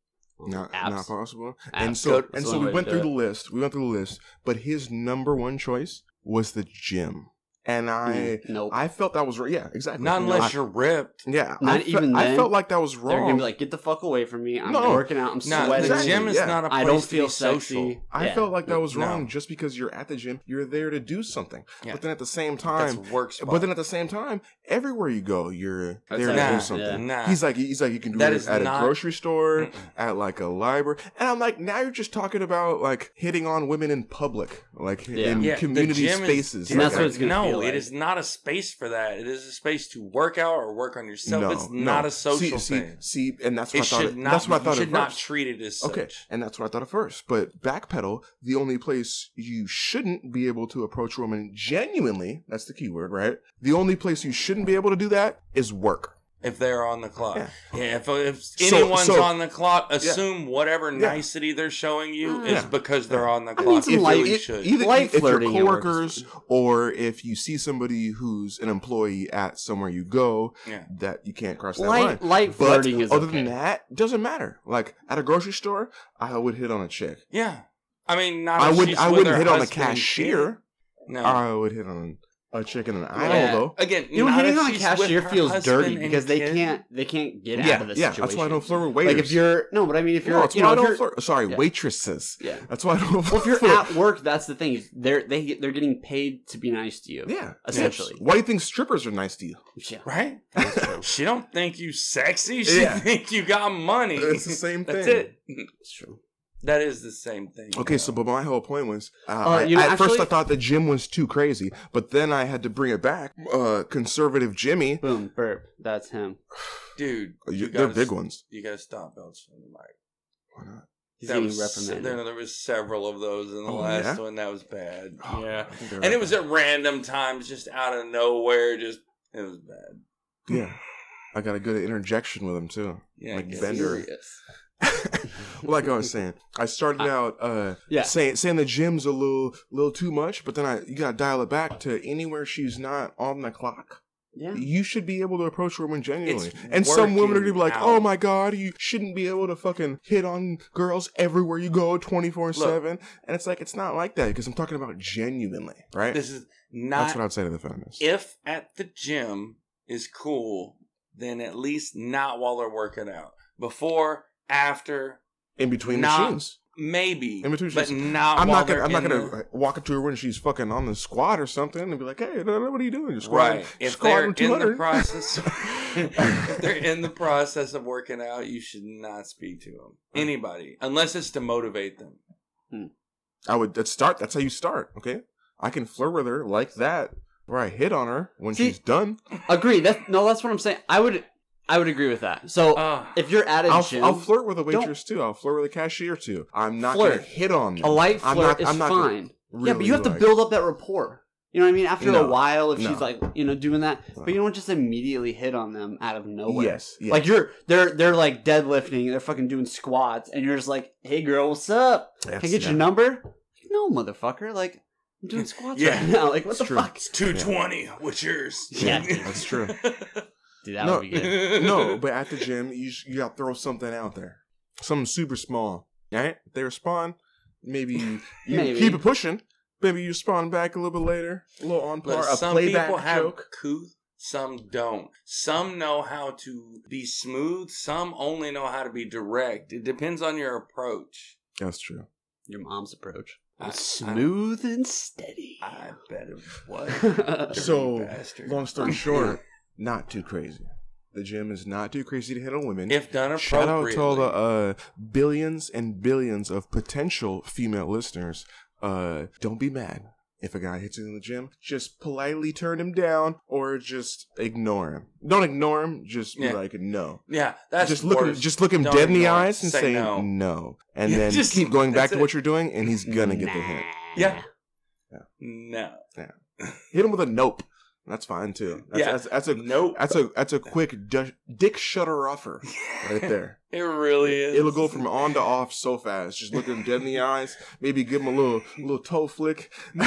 not,
apps.
not possible.
Apps.
And so,
That's
and
the
so
only
we
way
went
to
through the
do
list. We went through the list, but his number one choice was the gym, and I,
Mm, nope.
I felt that was right. Yeah, exactly.
Not
I-
unless you're ripped.
yeah, I
Not
fe-
even
I
then.
felt like that was
They're
wrong.
gonna be like, get the fuck away from me. I'm
No.
working out. I'm
No,
sweating.
the gym is
Yeah.
not a place
I don't
to
feel
be social.
sexy.
I
Yeah.
felt like that was
No.
wrong just because you're at the gym, you're there to do something.
Yeah.
But then at the same
That's
time,
work spot.
but then at the same time, everywhere you go, you're
That's
there to
like-
do something.
Nah, nah.
He's like, he's like, you can do
That
it
is
at
not-
a grocery store,
Mm-mm.
at like a library, and I'm like, now you're just talking about like hitting on women in public, like
Yeah.
in
Yeah, the
community
gym is-
spaces.
And
like
that's what
that.
it's gonna
no,
feel like.
it is not a space for that. It is a space to work out or work on yourself. it's
no.
not a social
see,
thing.
See, see, and that's what
it
I thought.
should
It,
not.
that's what I
you
thought.
should
at
not
first.
treat it as such.
Okay, and that's what I thought at first. But backpedal, the only place you shouldn't be able to approach a woman genuinely—that's the key word, right? The only place you shouldn't be able to do that is work.
If they're on the clock,
Yeah.
yeah. if, if
So-
anyone's
so-
on the clock, assume whatever nicety they're showing you
Ah.
is
Yeah.
because they're on the
I mean,
clock.
some
You
light-
really
it-
should.
Either
Light
if your
flirting at work is
coworkers or if you see somebody who's an employee at somewhere you go,
Yeah.
that you can't cross that line.
light, light
But
flirting is
other
okay.
than that, doesn't matter. Like at a grocery store, I would hit on a chick.
yeah, I mean, not
I
if
wouldn't.
she's
I
with
wouldn't
her
hit on a
husband and
cashier. Uh,
kid. No,
I would hit on a chick in an aisle
Yeah.
though.
again,
You know,
not
hitting
if
on a
she's with
cashier
her
feels
husband
dirty
and
because they
kid.
can't they can't get out of the
yeah.
situation.
That's why I don't flirt with waiters.
Like if you're no, but I mean if
No,
you're
that's
you
why
know
I
if
don't
you're
flirt. Sorry,
yeah.
waitresses.
yeah.
That's why I don't.
Well, if you're
flirt.
at work, that's the thing. is They're they they're getting paid to be nice to you.
yeah,
essentially.
Why do you think strippers are nice to you?
Yeah.
right. she don't think you sexy. She
Yeah.
think you got money.
It's the same
That's
thing.
it.
It's true.
That is the same thing.
Okay, so but my whole point was, uh, I-
you know,
at first
actually-
I thought the gym was too crazy, but then I had to bring it back. Uh, conservative Jimmy,
Boom, burp. That's him.
dude,
Oh, you-
you
they're
gotta,
big ones.
You gotta stop bouncing the mic.
Why not?
He's
That
getting
was se-
reprimanded.
There, there was several of those in the
Oh,
last
yeah?
one. That was bad.
Oh,
yeah,
I think they're
and it
right.
was at random times, just out of nowhere. Just it was bad.
yeah. I got a good interjection with him too.
Yeah,
Like
get
Bender.
serious.
like I was saying, I started out uh,
Yeah.
saying saying the gym's a little little too much, but then I you gotta dial it back to anywhere she's not on the clock.
Yeah.
You should be able to approach women genuinely,
It's
and some women are
working
gonna be like,
out.
"Oh my god, you shouldn't be able to fucking hit on girls everywhere you go, twenty four 7 And it's like it's not like that because I'm talking about genuinely, right?
This is
That's
not
what I'd say to the feminists.
if at the gym is cool, then at least not while they're working out. Before, after,
in between
Nah.
machines.
maybe,
In between
but
shifts.
not.
I'm
while
not gonna.
they're
I'm not
in
gonna uh,
the-
walk up to her when she's fucking on the squat or something and be like, "Hey, what are you doing? You're squatting,
Right. If they're
squatting
in the
200."
process, if they're in the process of working out, you should not speak to them. Anybody, unless it's to motivate them.
I would that's start. That's how you start. Okay, I can flirt with her like that, where I hit on her when
See,
she's done.
Agree. That's no. That's what I'm saying. I would. I would agree with that. So
Ah.
if you're at a
Uh, I'll,
gym,
I'll flirt with a waitress too. I'll flirt with a cashier too. I'm not
Flirt.
gonna hit on them.
a light
I'm not-
flirt is
I'm not gonna
fine.
Really
yeah, but you have
like-
to build up that rapport. You know what I mean? After
No.
a while, if
No.
she's like, you know, doing that,
No.
but you don't just immediately hit on them out of nowhere.
Yes, yes.
Like you're, they're, they're like deadlifting, they're fucking doing squats, and you're just like, "Hey, girl, what's up? Can I
That's-
get your
yeah.
number?" No, motherfucker. Like I'm doing squats
Yeah.
right now. Like what
It's
the
true.
fuck?
It's two twenty. What's yours?
Yeah,
that's true.
Dude, that
No.
would be good.
no, but at the gym, you sh- you gotta throw something out there, something super small. Right? If they respond. Maybe you, you
Maybe.
keep it pushing. Maybe you respond back a little bit later, a little on par,
Look,
a
some
playback
people have
joke.
couth, some don't. Some know how to be smooth. Some only know how to be direct. It depends on your approach.
That's true.
Your mom's approach.
I-
It's smooth and steady.
I bet it was. Dirty
So,
bastard.
long story short, not too crazy. The gym is not too crazy to hit on women.
if done
Shout out
appropriately,
to all the uh, billions and billions of potential female listeners. Uh, don't be mad if a guy hits you in the gym. Just politely turn him down or just ignore him. Don't ignore him. Just be
Yeah.
like no.
yeah, that's
just look him,
worse.
just look him
Don't
dead in the
ignore him.
eyes and
Say
say,
no.
no. and
Yeah,
then
just-
keep going back
that's
to
it.
what you're doing, and he's gonna get the hint.
Yeah. no,
Hit him with a nope. That's fine too. That's,
Yeah.
that's, that's a
nope.
that's a that's a quick du- dick shutter offer right there.
It really is.
It'll go from on to off so fast. Just look him dead in the eyes. Maybe give him a little little toe flick,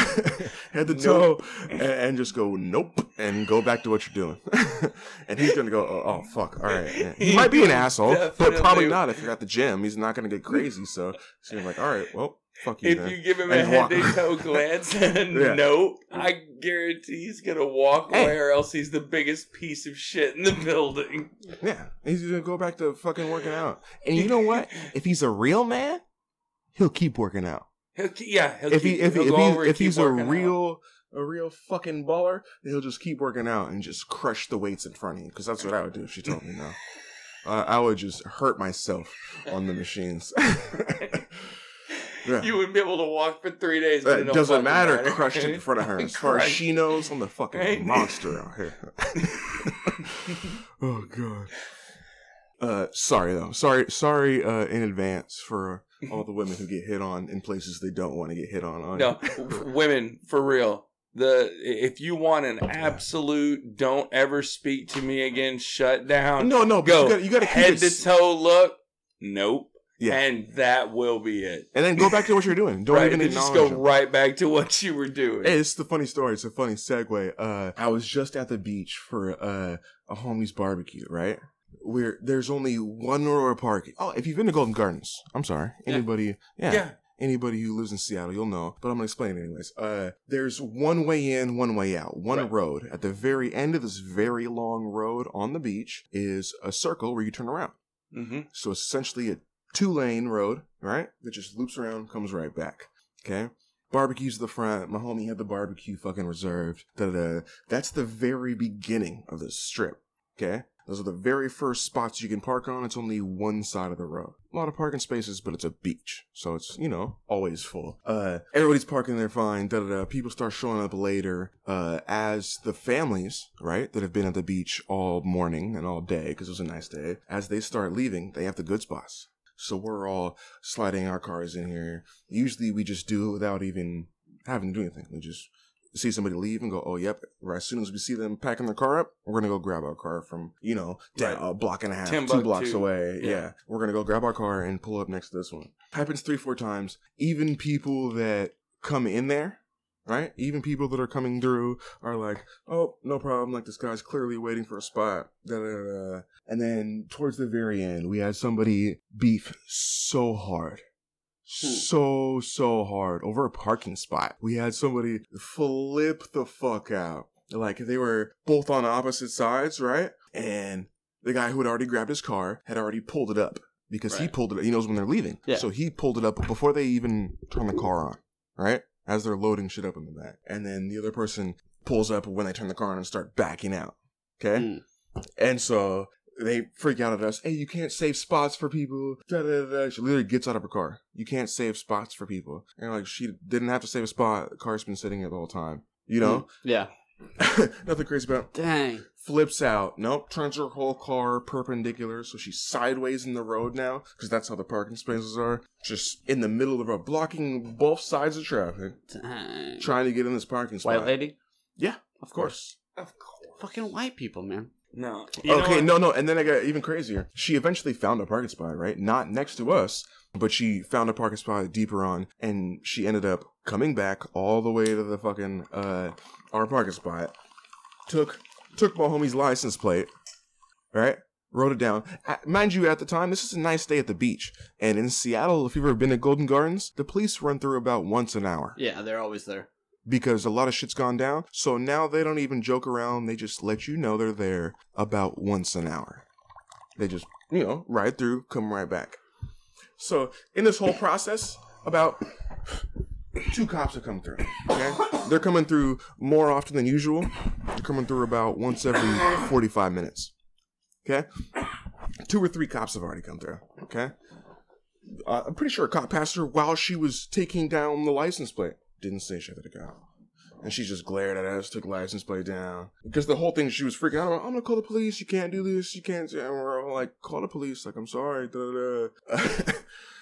head to toe, and, and just go nope, and go back to what you're doing. and he's gonna go, oh, oh, fuck, all right. yeah." He might be an asshole, but probably
Definitely.
not if you're at the gym. He's not gonna get crazy. So he's gonna be like, all right, well, fuck you.
If
then."
you give him a
And
head
walk-
to toe glance and a
Yeah.
nope, I guarantee he's gonna walk
Hey.
away, or else he's the biggest piece of shit in the building.
Yeah, he's gonna go back to fucking working out. And you know what? If he's a real man, he'll keep working out.
He'll keep, yeah, he'll
if
keep,
he if, he,
he'll
if,
go
he's,
over and
if
keep
he's a
working out.
real a real fucking baller, he'll just keep working out and just crush the weights in front of you. Because that's what I would do if she told me no. Uh, I would just hurt myself on the machines. Yeah.
you wouldn't be able to walk for three days. But it
That
don't
doesn't
fucking
matter. Crushed in front of her. As far as
Crushed.
she knows, I'm the fucking
Right.
monster out here. oh god. Uh, sorry though. Sorry, sorry uh, in advance for all the women who get hit on in places they don't want to get hit on. on
No, women for real. The if you want an absolute don't ever speak to me again shutdown,
no, no. But
go
you gotta, you gotta keep
head
it
to
s-
toe look. Nope.
Yeah.
And that will be it.
and then go back to what you're doing. Don't
right.
even
Then just
acknowledge
go
them.
right back to what you were doing.
Hey, it's the funny story. It's a funny segue. Uh, I was just at the beach for uh, a homie's barbecue, right? Where there's only one row of parking. Oh, if you've been to Golden Gardens, I'm sorry.
Yeah.
Anybody? Yeah.
yeah.
Anybody who lives in Seattle, you'll know. But I'm gonna explain it anyways. Uh, there's one way in, one way out, one
Right.
road. At the very end of this very long road on the beach is a circle where you turn around.
Mm-hmm.
So it's essentially a two lane road, right? That just loops around, comes right back. Okay. Barbecue's at the front. My homie had the barbecue fucking reserved. Da da. That's the very beginning of the strip. Okay. Those are the very first spots you can park on. It's only one side of the road. A lot of parking spaces, but it's a beach. So it's, you know, always full. Uh, everybody's parking there fine. Da da da. People start showing up later, uh, as the families, right, that have been at the beach all morning and all day, because it was a nice day, as they start leaving, they have the good spots. So we're all sliding our cars in here. Usually we just do it without even having to do anything. We just see somebody leave and go, oh, yep. Right, as soon as we see them packing their car up, we're gonna go grab our car from you know down,
Right.
a block and a half, two
Timbuktu.
blocks away. Yeah.
Yeah.
we're gonna go grab our car and pull up next to this one. Happens three, four times. Even people that come in there. Right, even people that are coming through are like, "Oh, no problem." Like this guy's clearly waiting for a spot. Da da da. da. And then towards the very end, we had somebody beef so hard so so hard over a parking spot. We had somebody flip the fuck out. Like they were both on opposite sides, right? And the guy who had already grabbed his car had already pulled it up because he
Right.
pulled it. He knows when they're leaving,
Yeah.
so he pulled it up before they even turn the car on, right? As they're loading shit up in the back, and then the other person pulls up when they turn the car on and start backing out. Okay,
Mm.
and so they freak out at us. Hey, you can't save spots for people. Da, da, da, da. She literally gets out of her car. You can't save spots for people. And like she didn't have to save a spot. The car's been sitting here the whole time. You know,
Mm. Yeah.
nothing crazy about. it.
Dang.
Flips out. Nope. Turns her whole car perpendicular, so she's sideways in the road now, because that's how the parking spaces are. Just in the middle of the road, blocking both sides of traffic,
Dang.
trying to get in this parking spot.
White lady?
Yeah, of
Of
course.
Of course.
Fucking white people, man.
No.
okay, no, no, and then I got even crazier. She eventually found a parking spot, right? Not next to us, but she found a parking spot deeper on, and she ended up coming back all the way to the fucking uh our parking spot. Took took my homie's license plate, right? Wrote it down. A- Mind you, at the time, this is a nice day at the beach, and in Seattle, if you've ever been to Golden Gardens, the police run through about once an hour
Yeah, they're always there.
because a lot of shit's gone down. So now they don't even joke around. They just let you know they're there about once an hour. They just, you know, ride through, come right back. So in this whole process, about two cops have come through. Okay, they're coming through more often than usual. They're coming through about once every forty-five minutes. Okay, two or three cops have already come through. Okay, uh, I'm pretty sure a cop passed her while she was taking down the license plate. Didn't say shit to the cop. And she just glared at us, took license plate down. Because the whole thing, she was freaking out. I'm gonna call the police. You can't do this. You can't. And we're all like, call the police. Like, I'm sorry. Da, da, da.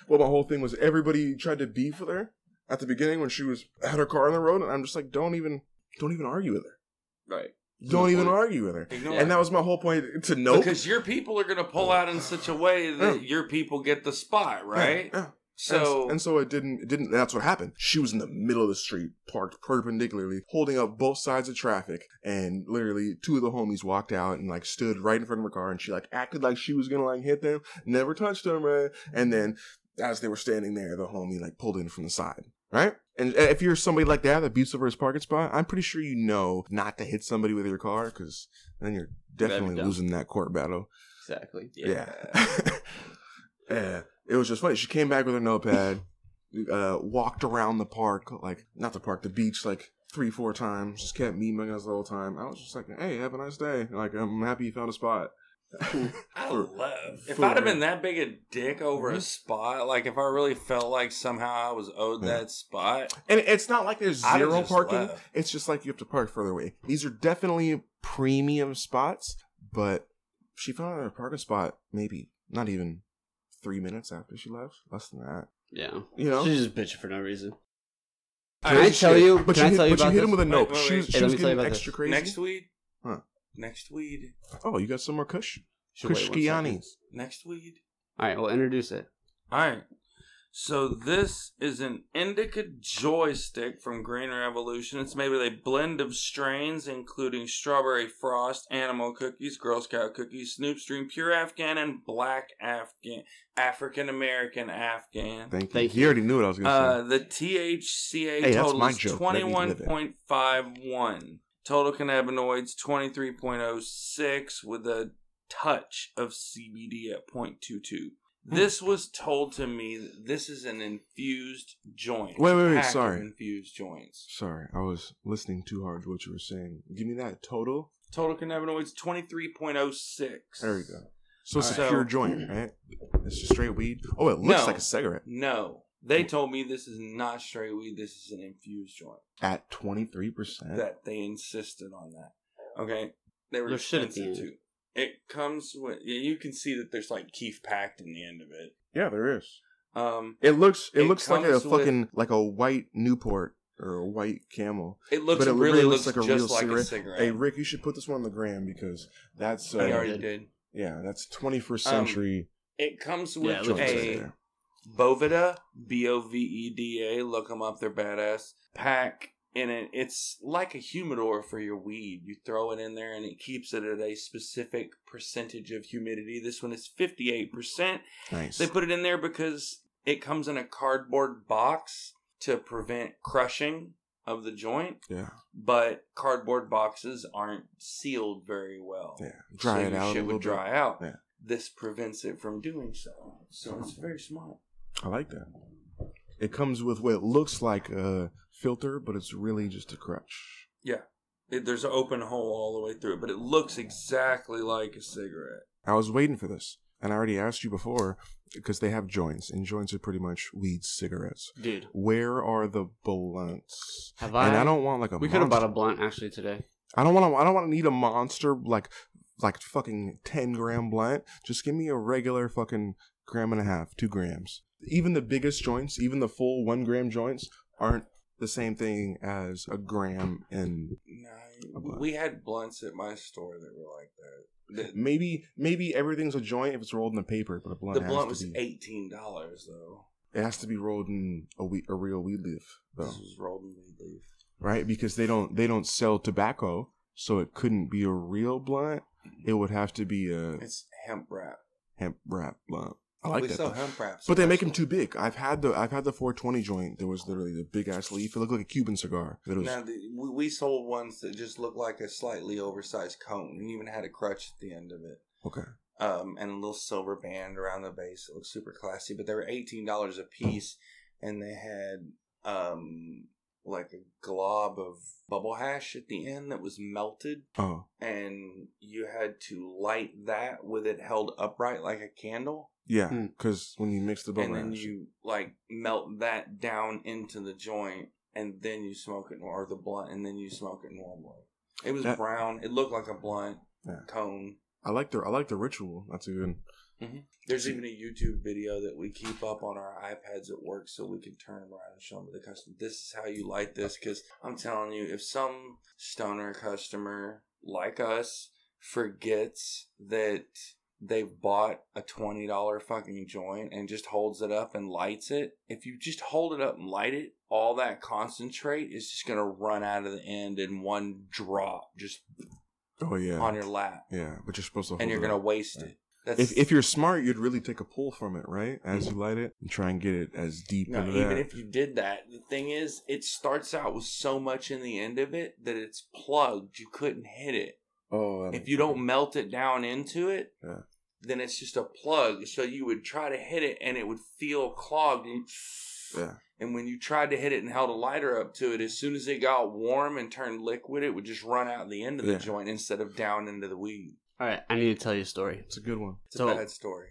well, my whole thing was everybody tried to beef with her at the beginning when she was had her car on the road, and I'm just like, don't even, don't even argue with her.
Right.
Don't
Good
even
point.
argue with her.
Ignore
And
it.
that was my whole point. To nope. Oh.
Because your people are going to pull out in such a way that your people get the spot,
Yeah,
right?
yeah.
So,
and, and so it didn't it didn't that's what happened she was in the middle of the street parked perpendicularly holding up both sides of traffic and literally two of the homies walked out and like stood right in front of her car and she like acted like she was gonna like hit them never touched them right and then as they were standing there the homie like pulled in from the side right and if you're somebody like that that beats over his parking spot i'm pretty sure you know not to hit somebody with your car because then you're definitely
dumb.
losing that court battle
Exactly.
yeah. yeah. It was just funny. She came back with her notepad, uh, walked around the park, like, not the park, the beach, like, three, four times. Just kept memeing us the whole time. I was just like, hey, have a nice day. Like, I'm happy you found a spot.
I
For-
love.
for-
If
Mm-hmm.
I'd have been that big a dick over a spot, like if I really felt like somehow I was owed
Yeah.
that spot,
And it's not like there's
I'd have
zero
just
parking.
left.
It's just like you have to park further away. These are definitely premium spots, but she found her parking spot maybe not even three minutes after she left. Less than that.
Yeah.
You know?
She's just bitching for no reason.
Can
Can I tell you?
But
can
you
I
hit,
tell you
but you
about
hit him
this?
with a nope.
Wait, wait,
She was,
wait.
she
Hey, let
was
me tell you
getting
about
extra crazy.
next weed,
Huh.
next weed,
Oh, you got some more Kush?
She'll wait one second.
Kushkianis.
next weed.
All right, well, introduce it.
All right. So this is an indica joystick from Green Revolution. It's made with a blend of strains including strawberry frost, animal cookies, Girl Scout cookies, Snoop Stream, pure Afghan, and black Afghan, African American Afghan.
Thank you.
Thank
He already knew what I was going to
Uh, the THCA
Hey, that's
total
my
is
joke. Let me live it.
21.51. Total cannabinoids 23.06 with a touch of CBD at 0.22.
Hmm.
This was told to me that this is an infused joint.
Wait, wait, wait,
Pack of
sorry.
Infused joints.
say. Sorry, I was listening too hard to what you were saying. Give me that total.
Total cannabinoids 23.06.
There we go. So it's a
Alright.
pure
So-
joint, right? It's just straight weed. Oh, it looks
No.
like a cigarette
No. They told me this is not straight weed. This is an infused joint.
at 23%.
that they insisted on that. Okay, they were
There should have
expensive
been.
too. It comes with yeah, you can see that there's like Keith packed in the end of it.
yeah, there is.
Um,
It looks it,
It
looks like a
comes with-
fucking like a white Newport or a white camel.
It looks
But it
really,
really
looks,
looks like a
just
real
like a
cigarette.
cigarette.
Hey Rick, you should put this one on the gram because that's
I
uh,
already did.
yeah, that's 21st
Um,
century.
It comes
Yeah,
with
it looks like
a
there.
Boveda, B O V E D A. Look them up; they're badass. Pack in it. It's like a humidor for your weed. You throw it in there, and it keeps it at a specific percentage of humidity. This one is fifty-eight percent.
nice.
They put it in there because it comes in a cardboard box to prevent crushing of the joint.
yeah,
But cardboard boxes aren't sealed very well.
yeah. Dry
so
it
your
out a
Shit
little
would dry
bit.
out.
Yeah.
This prevents it from doing so. So it's very smart.
I like that. It comes with what looks like a filter, but it's really just a crutch.
It, there's an open hole all the way through it, but it looks exactly like a cigarette.
I was waiting for this, and I already asked you before because they have joints, and joints are pretty much weed cigarettes.
dude.
Where are the blunts?
Have I?
And I don't want like a.
we could have bought
monster-
a blunt actually today.
I don't want to. I don't want to need a monster like like fucking ten gram blunt. Just give me a regular fucking gram and a half, two grams. Even the biggest joints, even the full one gram joints, aren't the same thing as a gram and
No,
A blunt.
we had blunts at my store that were like that. The,
maybe maybe everything's a joint if it's rolled in a paper, but a blunt.
the
has
blunt
to
was
be,
eighteen dollars though.
It has to be rolled in a wheat, a real weed leaf though,
This was rolled in weed leaf.
right? Because they don't they don't sell tobacco, so it couldn't be a real blunt. It would have to be a
It's hemp wrap.
hemp wrap blunt. I like
we
that.
sell
though.
hemp wraps.
But
at
they
my
make them
store.
too big. I've had the I've had the 420 joint. There was literally the big ass leaf. It looked like a Cuban cigar. It was
Now the, we, we sold ones that just looked like a slightly oversized cone, and even had a crutch at the end of it.
okay.
um, and a little silver band around the base. It looks super classy, but they were eighteen dollars a piece, and they had um, like a glob of bubble hash at the end that was melted,
Oh
and you had to light that with it held upright like a candle,
yeah,
Hmm.
because when you mix the bubble,
and then
hash-
you like melt that down into the joint, and then you smoke it or the blunt, and then you smoke it normally. It was
That-
brown. It looked like a blunt
Yeah.
cone.
I like the I like the ritual. That's even
There's even a YouTube video that we keep up on our iPads at work so we can turn them around and show them to the customer. This is how you light this because I'm telling you, if some stoner customer like us forgets that they've bought a $20 fucking joint and just holds it up and lights it, if you just hold it up and light it, all that concentrate is just going to run out of the end in one drop just
oh yeah
on your lap
yeah. But you're supposed to hold
and you're
it
going to
up.
waste it. That's
If, if you're smart, you'd really take a pull from it, right? As you light it and try and get it as deep
Mm-hmm. No,
into
even
that.
if you did that, the thing is, it starts out with so much in the end of it that it's plugged. You couldn't hit it.
oh, that
If you don't melt it down into it,
Yeah.
then it's just a plug. So you would try to hit it and it would feel clogged. And, you-
yeah,
and when you tried to hit it and held a lighter up to it, as soon as it got warm and turned liquid, it would just run out the end of the
Yeah.
joint instead of down into the weed.
All right, I need to tell you a story.
it's a good one.
It's
So-
a bad story.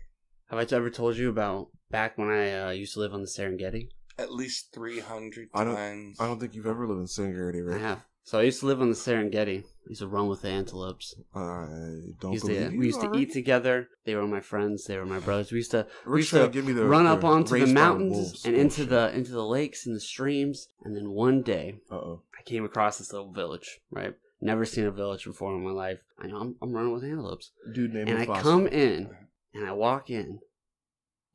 Have I ever told you about back when I uh, used to live on the Serengeti?
At least 300
I don't-
times.
I don't think you've ever lived in Singularity,
I
right?
have. So I used to live on the Serengeti. I used to run with the antelopes.
I don't
used
believe
to,
you
we used to
already.
eat together. They were my friends. They were my brothers. We used to
Rick's
used to
trying give me the-
run
the
up onto the
raised by
mountains
wolves
and into
bullshit.
the into the lakes and the streams. And then one day,
Uh-oh.
I came across this little village. Right, never seen a village before in my life. I know I'm, I'm running with antelopes,
Dude named
and I
Mufasa.
come in and I walk in,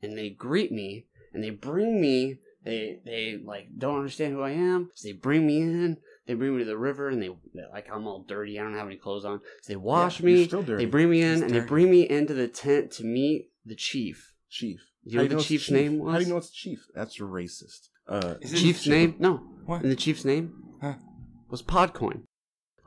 and they greet me and they bring me. They they like don't understand who I am. So they bring me in. They bring me to the river and they like I'm all dirty. I don't have any clothes on. So they wash
Yeah,
me.
You're still dirty.
They bring me in
He's
and they
dirty.
bring me into the tent to meet the chief.
Chief.
You know
How
what the
it's
chief's
Chief?
name
How do
was?
you know it's Chief? That's racist. Uh,
Is it-
Chief's name? No.
What?
And the chief's name
Huh.
was Podcoin.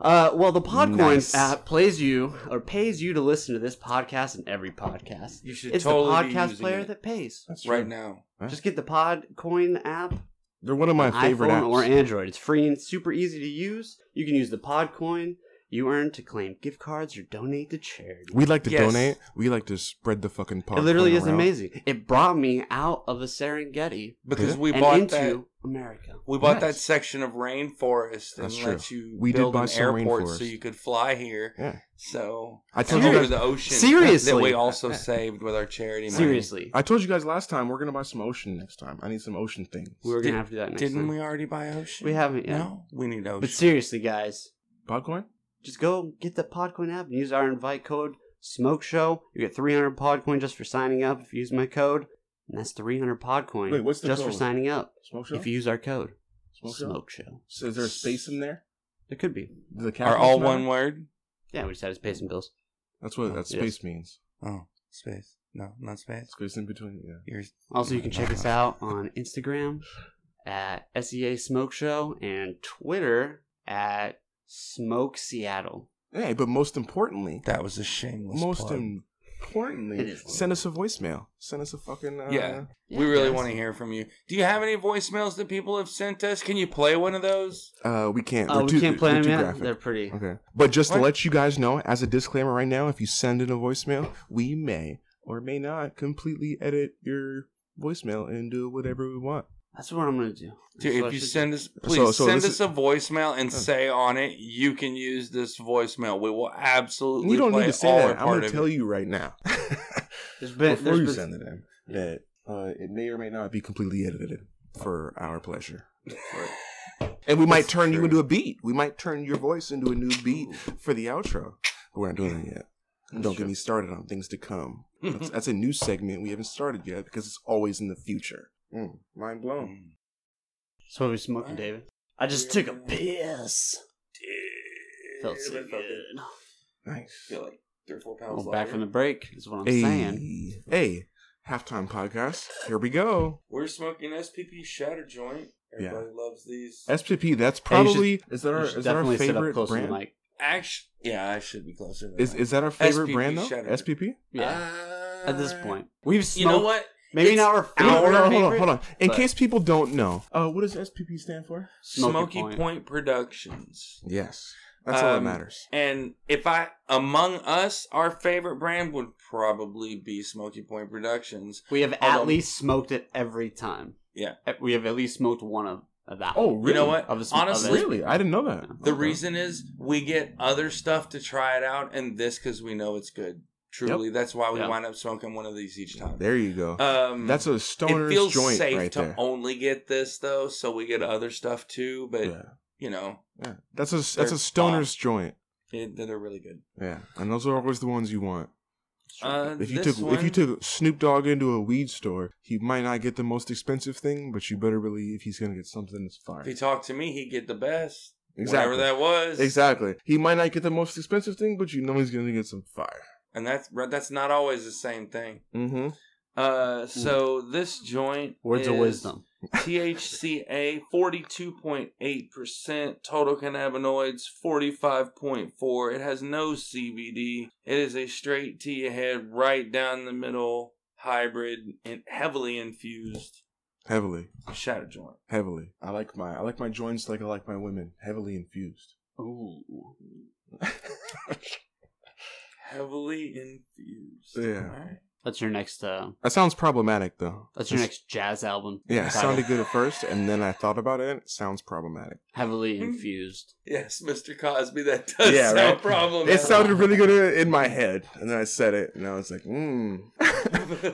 Uh, well, the Podcoin
Nice.
app plays you or pays you to listen to this podcast and every podcast.
You should
It's
totally be
the podcast
using
player
it
that pays.
that's
right
true.
now.
Huh?
Just get the Podcoin app.
They're one of my
on
favorite
iPhone
apps.
or Android. It's free and super easy to use. You can use the Podcoin. you earn to claim gift cards or donate to charity.
We like to
Yes.
donate. We like to spread the fucking pot.
it literally is
around.
amazing. It brought me out of the Serengeti
because
Yeah.
we
and
bought
into
that.
America.
We bought that
Nice.
section of rainforest and
That's true.
let you
We did
build
buy
an
some
airport so
rainforest.
you could fly here.
Yeah.
So
I
and
told you
over
guys.
the ocean that
Seriously.
we also saved with our charity money.
Seriously,
I told you guys last time we're gonna buy some ocean next time. I need some ocean things.
we were
Did-
gonna have to do that next
Didn't
time.
we already buy ocean?
We haven't yet.
No, we need
Oh,
ocean.
But seriously, guys,
Podcoin?
just go get the Podcoin app and use our invite code Smoke Show. You get 300 Podcoin just for signing up. If you use my code, and that's 300 Podcoin
Wait, what's the
just for
code?
signing up.
Smoke show.
If you use our code
smoke show.
Smoke Show,
So is there a space in there?
there could be.
Do The
Are
capitals
all
matter?
one word?
Yeah, we just had to pay some bills.
That's what that
Yes.
space means.
Oh, space. No, not space.
Space in between. Yeah.
Yours.
Also, you can check us out on Instagram at SEA Smoke Show and Twitter at Smoke Seattle.
Hey, but most importantly,
That was a shameless.
most
plug.
It
importantly,
is.
send us a voicemail. Send us a fucking uh,
Yeah. we really want to hear from you. Do you have any voicemails that people have sent us? Can you play one of those?
Uh, we can't.
Oh,
we're
we
too-
can't play
we're
them
too
yet.
graphic.
They're pretty.
Okay. But just
What?
to let you guys know, as a disclaimer right now, if you send in a voicemail, we may or may not completely edit your voicemail and do whatever we want.
That's what I'm gonna do. That's
Dude,
what I
if you
should do.
send us, please
So- so
send
this
us
is-
a voicemail and say on it, you can use this voicemail. We will absolutely.
you don't
play
need to say
all or
that. I'm
part
going to
of
tell
it.
you right now.
there's
Before
been, there's
you
been-
send it in, that uh, it may or may not be completely edited for our pleasure. And we might
That's
turn
true.
you into a beat. We might turn your voice into a new beat for the outro. But we're not doing that yet. Don't get me started on things to come. That's, that's a new segment we haven't started yet because it's always in the future. Mm, mind blown.
So what we smoking, David? I just took a piss. Felt so
Dude, I
good.
felt good.
Nice.
feel like three or four pounds.
Well, back
lighter.
from the break is what I'm saying.
Mm. Hey, hey, halftime podcast. Here we go.
We're smoking SPP shatter joint.
Yeah.
Everybody loves these.
SPP. That's
Hey, you should-
probably is that
You
our
should
is that our
sit up
favorite
close to the
brand?
mic.
Actually, yeah, I should be closer. To
Is
that.
is that our favorite
SPP
brand though?
Shatter.
SPP.
Yeah.
Uh,
At this point, we've smoked.
you know what?
Maybe
It's
not our
Wait,
favorite.
hold on, hold on,
favorite,
hold on. In
but-
case people don't know, uh, what does SPP stand for?
Smoky
Smoky
Point.
Point. Productions.
Yes, that's all that
Um,
matters.
And if I among us, our favorite brand would probably be Smoky Point Productions.
We have
Hold
at
on.
least smoked it every time.
Yeah.
Eh, We have at least smoked one of, of that.
Oh,
one.
really?
You know what?
Of the sm- of
Honestly,
Really? I didn't know that.
Yeah.
the
Okay.
reason is we get other stuff to try it out, and this because we know it's good. Truly, that's why we
Yeah.
wind up smoking one of these each time.
There you go.
Um,
that's a
it
stoner's
feels
joint
safe
right
to
there.
only get this though, so we get other stuff too. But
yeah.
you know,
yeah, that's a that's
They're
a stoner's joint.
it, they're really good.
Yeah, and those are always the ones you want.
Uh,
If you
this
took
one,
if you took Snoop Dogg into a weed store, he might not get the most expensive thing, but you better believe he's gonna get something that's fire.
if he talked to me, he'd get the best.
exactly.
Whatever that was,
exactly. He might not get the most expensive thing, but you know he's gonna get some fire.
And that's that's not always the same thing.
Mm-hmm.
Uh, so this joint
Words of
is
wisdom.
THCA forty two point eight percent, total cannabinoids forty five point four. It has no CBD. It is a straight T head, right down the middle, hybrid and heavily infused
Heavily,
shadow joint.
heavily. I like my I like my joints like I like my women, heavily infused.
Ooh.
Heavily infused.
Yeah.
Alright.
That's your next. Uh,
that sounds problematic though.
that's your next jazz album.
Yeah, it
title.
sounded good at first, and then I thought about it. and It sounds problematic.
heavily
Mm-hmm.
infused.
Yes, Mr. Cosby, that does
Yeah,
sound
right.
Oh,
problematic.
It sounded really good in my head, and then I said it, and I was like, mm,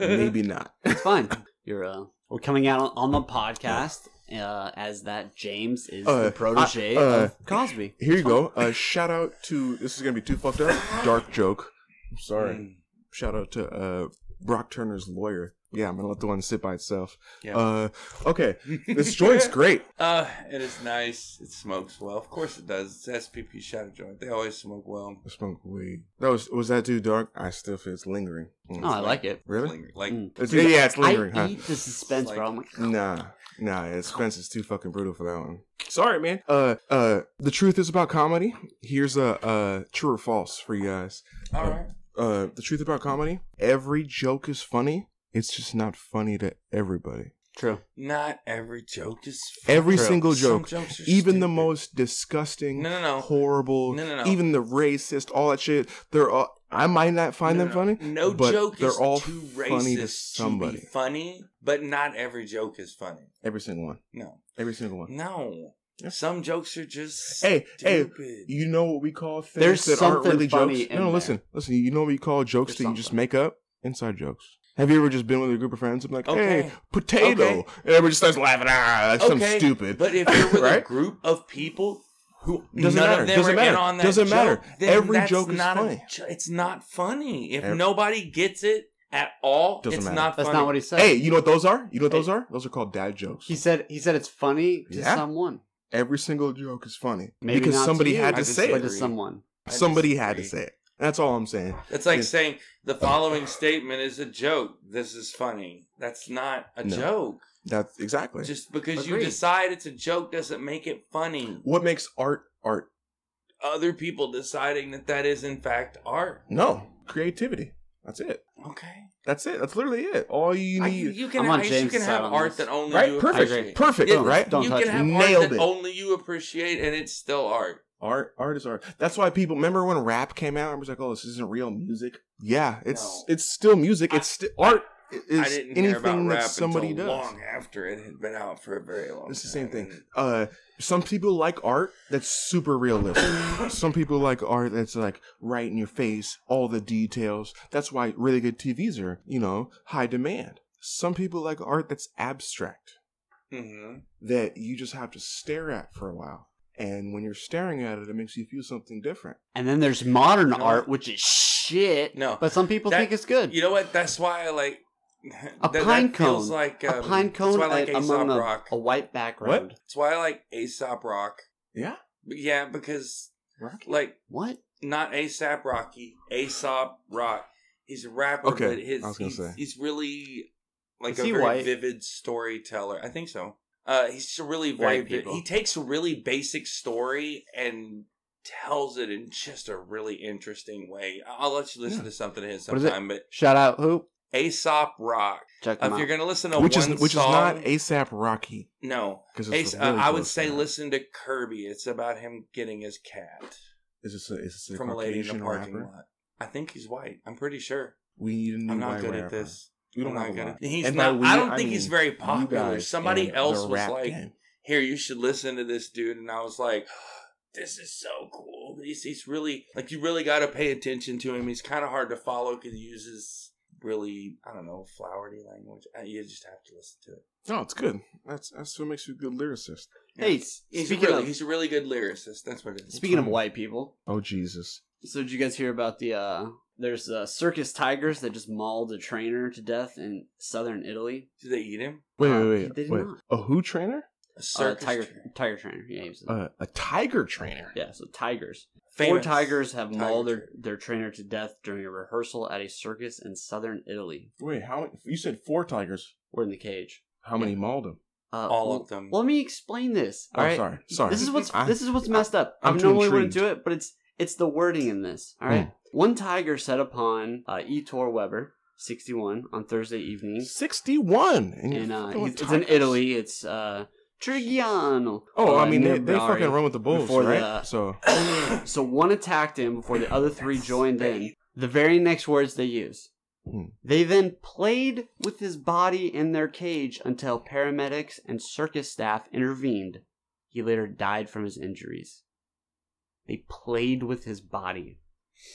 maybe not.
It's fine. You're uh, we're coming out on, on the podcast uh, as that James is
Uh,
the protege
I- uh,
of Cosby.
Here you go. Uh, shout out to this is gonna be too fucked up. Dark joke. I'm sorry.
Mm.
Shout out to uh, Brock Turner's lawyer. Yeah, I'm gonna let the one sit by itself.
Yeah.
Uh, okay, this joint's great.
Uh, it is nice. It smokes well. Of course it does. It's SPP shadow joint. They always smoke well.
I smoke weed. That was was that too dark? I still feel it's lingering. Mm.
No, Oh, I like it.
really? Hmm.
Linger- Like,
Mm.
It's,
Dude,
yeah, it's lingering.
I
huh?
eat the suspense,
Like-
bro. I'm like,
Nah, nah, yeah, Spence is too fucking brutal for that one. Sorry, man. Uh, uh, the truth is about comedy. Here's a uh, true or false for you guys.
all right.
Uh, the truth about comedy. Every joke is funny. It's just not funny to everybody.
True.
Not every joke is funny.
Every
True.
single
Some
joke,
jokes are
even the
stupid.
most disgusting,
No, no, no.
horrible,
No, no, no.
even the racist, all that shit. They're all. I might not find
No,
them
no, no.
funny.
No
but
joke
they're
is
all
too
funny to
racist
somebody.
To be funny, but not every joke is funny.
Every single one.
No,
Every single one.
no.
Yeah.
Some jokes are just
Hey, hey,
stupid.
You know what we call things
There's
that aren't
something
really
funny
jokes.
in
No, no,
there.
listen, listen. You know what we call jokes
There's
that you just
something.
make up? Inside jokes. Have you ever just been with a group of friends and like, hey,
Okay.
potato,
Okay.
and everybody just starts laughing? Ah, that's something
Okay,
stupid.
But if you're with a
Right?
group of people who
Doesn't
none
matter.
of them
Doesn't
are in
matter.
on that
Doesn't
joke,
matter.
then
Every
that's
joke is
not a
funny.
jo- it's not funny. If
Ev-
nobody gets it at all,
Doesn't
it's
matter.
not
That's
funny.
not what he said.
hey, you know what those are? You know what
Hey.
those are? Those are called dad jokes.
He said he said it's funny to
Yeah.
someone.
Every single joke is funny
Maybe
because
not to
somebody
you,
had
I
to say
disagree.
But
it.
to someone.
I
Somebody had to
disagree.
say it. That's all I'm saying.
It's like
Yes.
saying the following statement is a joke. This is funny. That's not a
No.
joke.
That's exactly.
Just because you
Agreed.
decide it's a joke doesn't make it funny.
what makes art art?
Other people deciding that that is in fact art.
No, creativity. That's it.
Okay,
That's it. That's literally it. All you
I,
need.
you can
I'm on
I- you
James'
can
side
have
on
art
this.
that only
right?
you
Perfect.
appreciate.
Perfect.
Yeah,
Oh, right?
Don't
you
touch
can
it.
have
Nailed
art that
it.
only you appreciate, and it's still art.
Art, art is art. That's why people remember when rap came out. I was like, "Oh, this isn't real music." Yeah, it's
No.
it's still music.
I-
It's still art. Is
I didn't
anything
hear about
that
rap
somebody
until
does.
long after it had been out for a very long.
It's the same
time,
thing.
and-
Uh, some people like art that's super realistic. some people like art that's like right in your face, all the details. That's why really good TVs are, you know, high demand. Some people like art that's abstract,
Mhm.
that you just have to stare at for a while. And when you're staring at it, it makes you feel something different.
And then there's modern
You know
art,
what?
which is shit.
No.
but some people
That-
think it's good.
You know what? That's why I like
A pine
feels
cone.
Like
a pine cone
um, That's why I like
a- among
Aesop
a,
Rock.
a white background.
That's why I like Aesop Rock.
Yeah.
But yeah, because
Rocky?
like
What?
not ASAP Rocky, Aesop Rock. He's a rapper,
Okay,
but his
I was gonna
he's,
say.
he's really like
Is
a
he
very
white?
vivid storyteller. I think so. Uh, he's just a really very
White
vi-
people.
he takes a really basic story and tells it in just a really interesting way. I- I'll let you listen
Yeah.
to something of his
What is it?
sometime, but
Shout out who?
Aesop Rock.
Check them
If
out.
you're gonna listen to
which is
one
which
song,
is not ASAP Rocky.
no,
Because
Ace, uh, I would say listen to Kirby. It's about him getting his cat
Is this a, is this a
from a lady in the
Caucasian
parking
rapper?
lot. I think he's white. I'm pretty sure.
We need a new
I'm not
white
good
rapper.
at this.
We don't have
I'm not
a
good
lot.
at He's
And by
not.
we,
I don't think he's
mean
very
you
popular.
guys
Somebody
and
else
the
was
rap
like,
game.
"Here, you should listen to this dude," and I was like. This is so cool. He's, he's really like you really got to pay attention to him. He's kind of hard to follow because he uses really I don't know flowery language. Uh, You just have to listen to it.
No, it's good. That's that's what makes you a good lyricist.
hey,
He's
speaking
really,
of
he's a really good lyricist. That's what it is.
speaking of white people,
Oh Jesus!
so did you guys hear about the? uh There's uh, circus tigers that just mauled a trainer to death in southern Italy.
Do they eat him?
Wait,
Uh,
wait,
they
wait,
did
wait.
not.
A who trainer?
A
Uh,
circus
tiger,
tra-
tiger trainer. Yeah, he was-
Uh, a tiger trainer.
yeah. So tigers.
famous
Four tigers have
tiger
mauled their,
trainer.
their trainer to death during a rehearsal at a circus in southern Italy.
Wait, how many- you said four tigers?
We're in the cage.
How many mauled him?
Uh,
All
well-
of them.
Let me explain this.
Oh,
All right.
sorry, sorry.
This is what's
I-
this is what's messed up. i
I'm too
normally wouldn't
intrigued.
do it, but it's it's the wording in this. All right. One tiger set upon uh, Etor Weber, sixty-one, on Thursday evening,
Sixty-one. And you're
and uh,
fucking with
he's, it's in
tigers?
Italy. It's uh, Trigiano.
Oh,
uh,
I mean they, they
Nerbrari.
fucking run with the bulls,
before the,
right?
uh,
so
So one attacked him before the other three joined in. The very next words they use.
Hmm.
They then played with his body in their cage until paramedics and circus staff intervened. He later died from his injuries. They played with his body.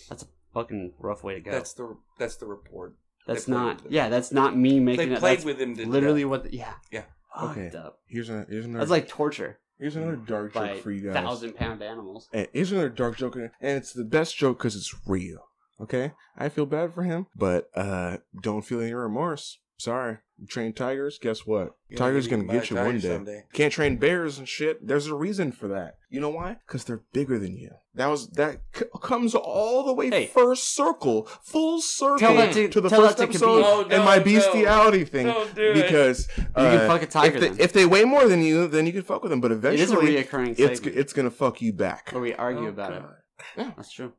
That's a fucking rough way to go. That's,
That's the that's the report. they played
not.
with him.
Yeah, that's not me making
They
it.
played
that's
with him. to
literally
death.
what. The, yeah.
Yeah.
Fucked
Okay.
up.
here's another here's another
That's like torture
here's another dark
by
joke for you guys.
thousand pound animals.
And here's another dark joke, and it's the best joke because it's real. Okay, I feel bad for him, but uh, don't feel any remorse. Sorry, you train tigers. Guess what?
You're gonna
Tigers
get
gonna
eaten by
get
a
you
tiger
one day.
someday.
Can't train bears and shit. There's a reason for that. You know why? Because they're bigger than you. That was that c- comes all the way
Hey.
first circle, full circle
that
to,
to-
the
tell
first
that to
episode
Khabib. Oh, no,
and my
no.
bestiality thing.
Don't do it.
because
You
uh,
can fuck a tiger.
if they,
then.
if they weigh more than you, then you can fuck with them. But
it is a
eventually,
reoccurring
it's
segment
it's gonna fuck you back.
where we argue
Oh,
about it.
God.
Yeah.
That's true.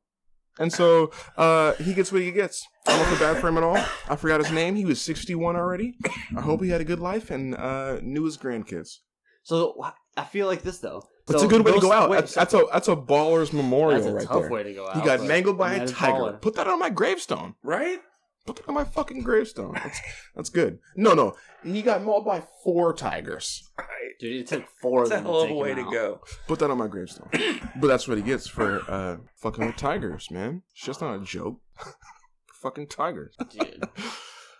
And so uh, he gets what he gets. I don't feel bad for him at all. I forgot his name. He was 61 already. I hope he had a good life and uh, knew his grandkids.
So wh- I feel like this though.
That's
So
a good way to
those-
go out.
wait,
that's,
so-
that's a that's a baller's memorial
that's a
right
tough
there.
way to go out.
He got
but-
mangled by
I mean,
a
that is
tiger.
baller.
Put that on my gravestone.
right?
Put that on my fucking gravestone. That's, that's good. No, no. He got mauled by four tigers.
Right.
Dude, it took four
That's
of them.
a hell
to
of a
take
way
him
to
out.
go.
Put that on my gravestone. But that's what he gets for uh, fucking with tigers, man. It's just not a joke. fucking tigers.
Dude.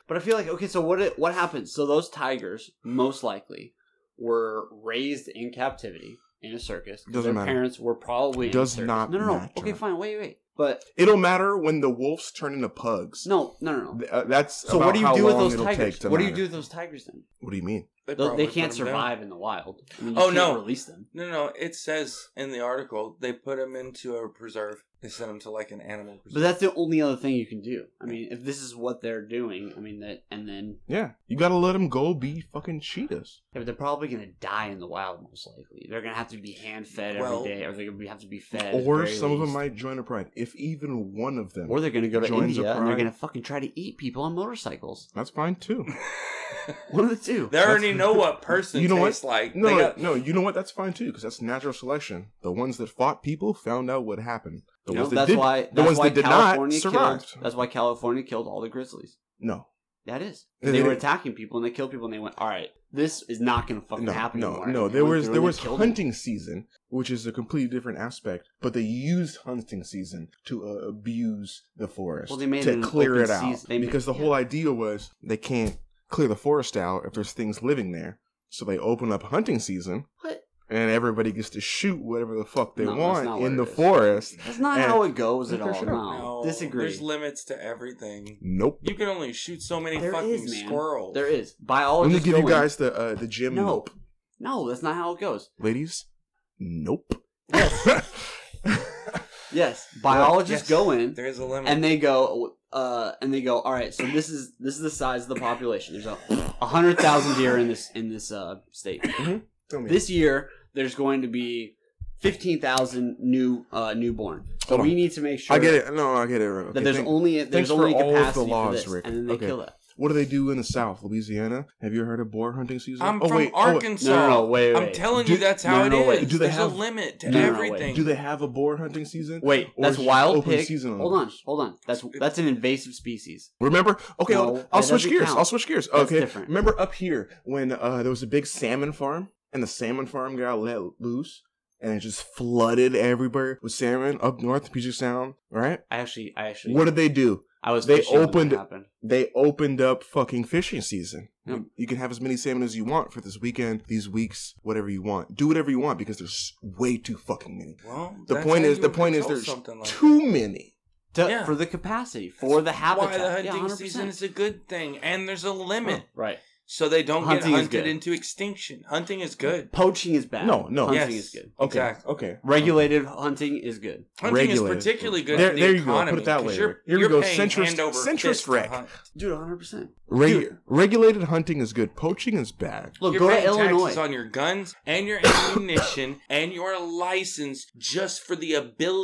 But I feel like okay. So what? It, what happens? So those tigers most likely were raised in captivity in a circus. 'cause
Doesn't
Their
matter.
parents were probably in a
Does
circus.
not
No, no, no.
matter.
Okay, fine. Wait, wait. But
It'll matter when the wolves turn into pugs.
no, no, no, no.
Th- uh, that's
So what do you do with those
tigers?
tigers? What do you do with those tigers then?
What do you mean?
They,
probably
they
put
can't
him down.
survive in the wild. I mean, you
Oh,
can't
no.
Release them.
No, no. It says in the article they put him into a preserve. They sent him to like an animal
But
preserve.
that's the only other thing you can do. I mean, if this is what they're doing, I mean that, and then
Yeah, you gotta let them go be fucking cheetahs.
yeah, but they're probably gonna die in the wild most likely. They're gonna have to be hand fed
Well-
every day, or they're gonna be- have to be fed. at the
Or
very
some of them
least.
might join a pride. If even one of them,
Or they're gonna go to
Joins a
India and they're
pride.
gonna fucking try to eat people on motorcycles.
that's fine too.
One of the two.
they already know what person
You know what?
tastes like.
No,
they got,
no, you know what? That's fine too, because that's natural selection. The ones that fought people found out what happened. The
You know,
ones that
that's
did,
why.
the
That's
ones
why
that did not
California
survived.
Killed, that's why California killed all the grizzlies.
No,
That is.
They-
They were
they-
attacking people and they killed people and they went, all right, this is not gonna fucking
no,
happen.
no,
anymore."
no.
And they
There
went
was
through
there
and
was
they killed
hunting season, which is a completely different aspect. But they used hunting season to uh, abuse the forest
Well, they made
to
it an
clear
open
it out
season. They ma-
because the
yeah.
whole idea was they can't clear the forest out if there's things living there. So they open up hunting season,
them. What?
and everybody gets to shoot whatever the fuck they
No, that's not
want
what
in
it
the
is.
forest.
That's not
And-
how it goes at
For
all.
sure.
No, disagree.
There's limits to everything.
Nope.
You can only shoot so many
There
fucking
is, man.
squirrels.
There is
Let
biology.
me give you guys the uh, the gym.
No.
Nope.
No, that's not how it goes.
Ladies, nope.
Yes, biologists
Yes,
go in.
There is a limit.
and they go uh and they go all right so this is this is the size of the population there's a, a hundred thousand deer in this in this uh state
Tell me.
this year there's going to be 15,000 new uh newborn so
Hold on.
we need to make sure
I get it. No, I get it. Okay,
that there's
thank-
only there's
for
only
all of the
capacity
laws,
for this
Rick.
and then they
Okay.
kill it
What do they do in the South, Louisiana? Have you heard of boar hunting season?
I'm
Oh,
from
wait, oh, wait.
Arkansas.
no, no, wait, wait,
I'm
wait.
telling
Do-
you, that's how
no,
it is.
no, wait.
Do they
There's
have-
a limit to
No, no, wait.
everything.
Do they have a boar hunting season?
wait
Or
that's
is it
wild
open
pig
season on
hold
those?
on hold on that's that's an invasive species
Remember? Okay,
No,
I'll,
that
I'll switch
doesn't
gears.
count.
I'll switch gears.
That's
okay.
different.
Remember up here when uh, there was a big salmon farm and the salmon farm got let loose and it just flooded everywhere with salmon up north, Puget Sound, right?
i actually i actually
What did they do?
i was
they
fishing when that
opened-
happened.
they opened up fucking fishing season.
Yep.
You can have as many salmon as you want for this weekend, these weeks, whatever you want. Do whatever you want because there's way too fucking many.
Well,
The
that's
point
how
is,
you
the
would
point is,
control
there's
something like
too many.
To-
Yeah.
for the capacity for the habitat
Why the hunting
yeah, 100%.
season is a good thing, and there's a limit,
right
so they don't
Hunting
get
is
hunted
good.
into extinction. Hunting is good.
Poaching is bad.
No, no.
Hunting
Yes.
is good.
Okay.
Exactly.
Okay.
Regulated hunting is good.
Hunting
Regulated.
is particularly good
There-
for the
there you go.
economy.
Put it that
'cause
way.
You're,
Here we
you're
go.
paying
Centrist-
hand over
centrist
fist to
wreck.
hunt.
Dude, 100%.
Regu- regulated hunting is good. Poaching is bad.
Look,
You're
go to
paying
Illinois.
taxes on your guns and your ammunition and your license just for the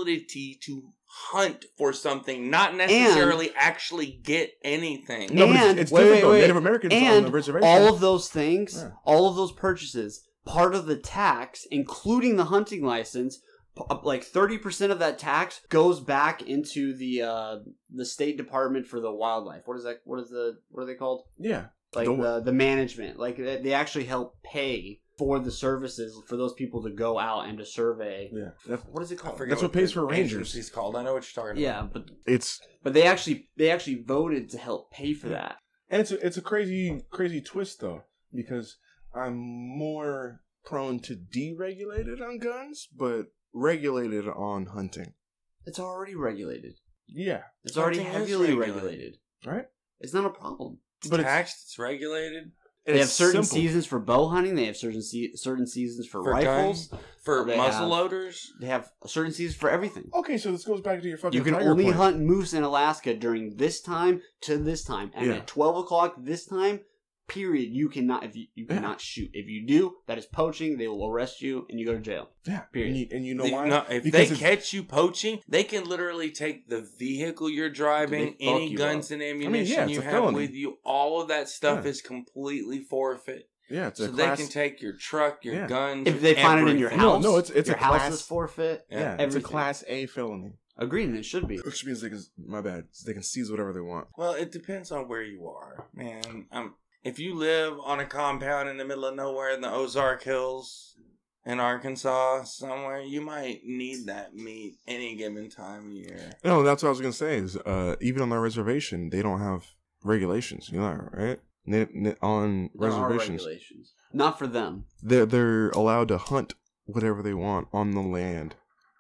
ability to hunt for something, not necessarily actually get anything.
No, but it's-
And-
it's
wait,
different
wait,
though.
wait.
Native Americans on
and
the reservation.
all of those things,
Yeah.
all of those purchases, part of the tax, including the hunting license, p- uh, like 30% of that tax goes back into the uh, the state department for the wildlife. What is that? What is the what are they called?
yeah.
like
Don't-
the, the management like they they actually help pay for the services for those people to go out and to survey
Yeah. That's,
what is it
I
called
forget
That's what pays
the
for rangers.
agency's called. I know what you're talking
yeah
about.
but
it's
but they actually they actually voted to help pay for that
and it's a, it's a crazy crazy twist though because I'm more prone to deregulated on guns, but regulated on hunting.
it's already regulated
Yeah.
it's already
Hunting is
heavily
regulated.
regulated
Right.
it's not a problem
It's
But it's-
taxed. It's, regulated
they have certain
simple.
seasons for bow hunting they have certain se- certain seasons for,
for
rifles
guns, for
They
muzzle
have-
loaders.
they have certain seasons for everything
Okay, so this goes back to your Oh, fucking.
you can
tiger
only
point.
hunt moose in Alaska during this time to this time, and
Yeah.
at twelve o'clock this time, Period. You cannot if you, you
Yeah.
cannot shoot. If you do, that is poaching. They will arrest you and you go to jail.
Yeah.
Period.
And you, and you know
They-
why?
no, if
Because
they
it's-
catch you poaching, they can literally take the vehicle you're driving,
They fuck
any
you
guns and ammunition
yeah, it's
you
a
have
felony.
with you. All of that stuff
Yeah.
is completely forfeit.
Yeah, it's
so
a
they
class.
can take your truck, your
Yeah.
guns.
If they find it in your
everything.
no,
house,
no, it's it's
your
a
house
class.
is forfeit.
yeah, it's a
everything.
class A felony,
Agreed, and it should be.
which means they can. My bad. They can seize whatever they want.
Well, it depends on where you are, man. Um, if you live on a compound in the middle of nowhere in the Ozark Hills in Arkansas somewhere, you might need that meat any given time of year.
No, that's what I was gonna say. Is uh, even on their reservation, they don't have regulations. You know, that, right? N- n- on
There are
reservations,
regulations. Not for them.
they're they're allowed to hunt whatever they want on the land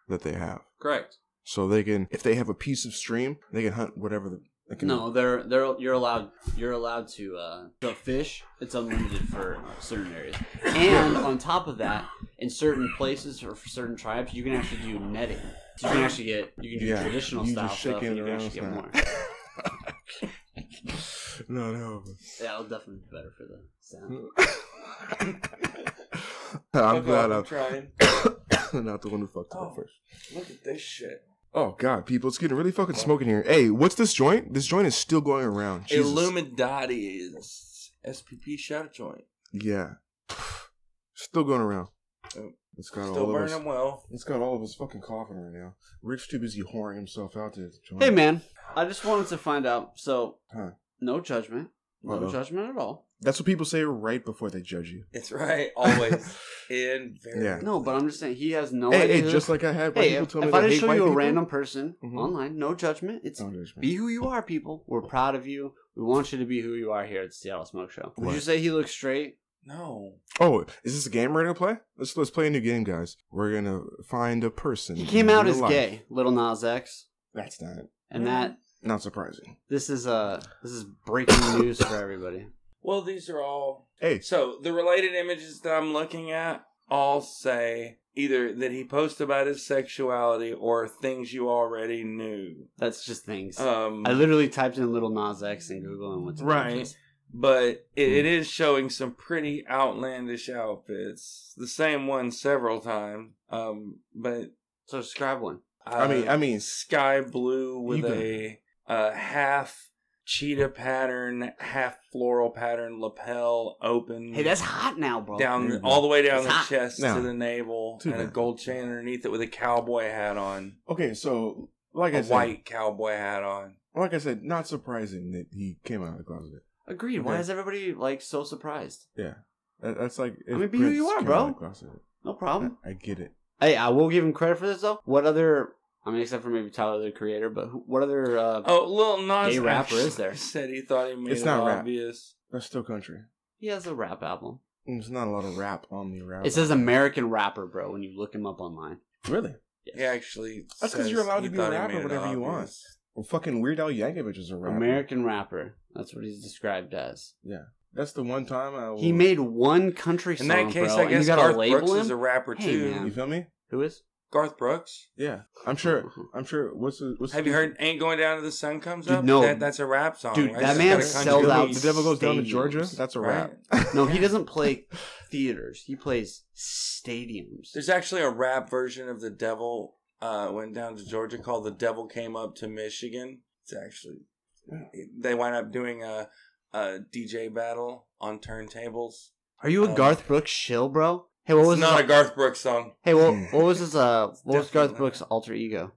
that they have.
Correct.
So they can, if they have a piece of stream, they can hunt whatever the, they can.
No, they're they're you're allowed you're allowed to uh to fish. It's unlimited for certain areas. And on top of that, in certain places or for certain tribes, you can actually do netting. So you can actually get you can do
Yeah,
traditional
you
style
just shake
stuff.
it
And you can
around,
actually get
it's
more.
not- no, no.
Yeah, it'll definitely be better for the sound.
I'm glad I'm
trying.
not the one who fucked
Oh.
up first.
Look at this shit.
Oh God, people, it's getting really fucking smoking here. Hey, what's this joint? This joint is still going around. Jesus.
Illuminati is SPP shot joint.
yeah, still going around.
Oh.
It's got
Still
all of us.
burning well.
It's got all of us fucking coughing right now. Rick's too busy whoring himself out to. this joint.
Hey man, I just wanted to find out. So
Hmm. Huh.
no judgment, no
Uh-oh.
judgment at all.
That's what people say right before they judge you.
It's right, always. and very
Yeah.
No, but I'm just saying he has no
hey,
idea.
hey, just like I had white
hey,
people
if,
tell me
if
they
I just
hate
show
white
you a
people-
random person
Mhm.
online, no judgment. It's
Don't judge me.
Be who you are, people. We're proud of you. We want you to be who you are here at the Seattle Smoke Show. Would you
Right.
say he looks straight?
No.
Oh, is this a game we're gonna play? Let's let's play a new game, guys. We're gonna find a person.
He
in
came out
real
as
life.
gay, little Nas X,
That's not
and
Mm.
that
not surprising.
this is uh this is breaking news for everybody.
Well, these are all
Hey,
So the related images that I'm looking at all say either that he posts about his sexuality or things you already knew.
That's just things.
Um,
I literally typed in little Nas X in Google and went to
Right.
images.
but it,
Hmm.
it is showing some pretty outlandish outfits. The same one several times. Um, but uh,
So describe one.
I mean, I mean,
sky blue with
You can-
a uh, half cheetah pattern, half floral pattern lapel open.
Hey, that's hot now, bro.
Mm. down
Oh, There you go.
all the way down
It's
the
hot.
chest
No.
to the navel
Too
and a
bad.
gold chain underneath it with a cowboy hat on
okay, so like I
a
said,
white cowboy hat on
like I said, not surprising that he came out of the closet.
Agreed. Why
Okay.
is everybody like so surprised?
That- That's like if
I mean, be who you are,
came
bro.
out of the closet.
No problem.
I, I get it.
Hey, I will give him credit for this though. What other? I mean, except for maybe Tyler the Creator, but who, what other? Uh,
oh little Nas
Gay rapper
X
is there.
said he thought he made
It's
it
not rap.
obvious
That's still country.
He has a rap album.
There's not a lot of rap on the rap.
It says American rapper, bro, when you look him up online.
really.
he actually
That's 'cause
says
you're allowed
he
to be
thought he
rap or
made it
whatever you
obvious.
Well, fucking Weird Al Yankovic is a rapper.
American rapper. That's what he's described as.
That's the one time I. Will,
He made one country song.
Oh. in that case
bro,
i
and
guess
you gotta
garth
label
brooks
him?
is a rapper
Hey,
too
man.
You feel me?
Who is?
garth brooks
Yeah, I'm sure. I'm sure. What's the, what's
have
the- Oh,
you heard "Ain't Going Down to the Sun Comes
Dude,
Up"?
no.
that, that's a rap song.
Dude,
right?
that
It's
man
got a country
sold
the
out
devil-
beat,
The devil goes down to
stadiums.
Georgia. That's a
right?
rap.
No, he doesn't play theaters. He plays stadiums.
There's actually a rap version of the devil uh, went down to Georgia called "The Devil Came Up to Michigan." It's actually they wind up doing a, a DJ battle on turntables.
Are you a
um,
Garth Brooks shill, bro? Hey, what was
it's not
his,
a Garth Brooks song.
Hey, what,
Hmm.
what was his uh what was
Definitely
Garth
not.
Brooks' alter ego?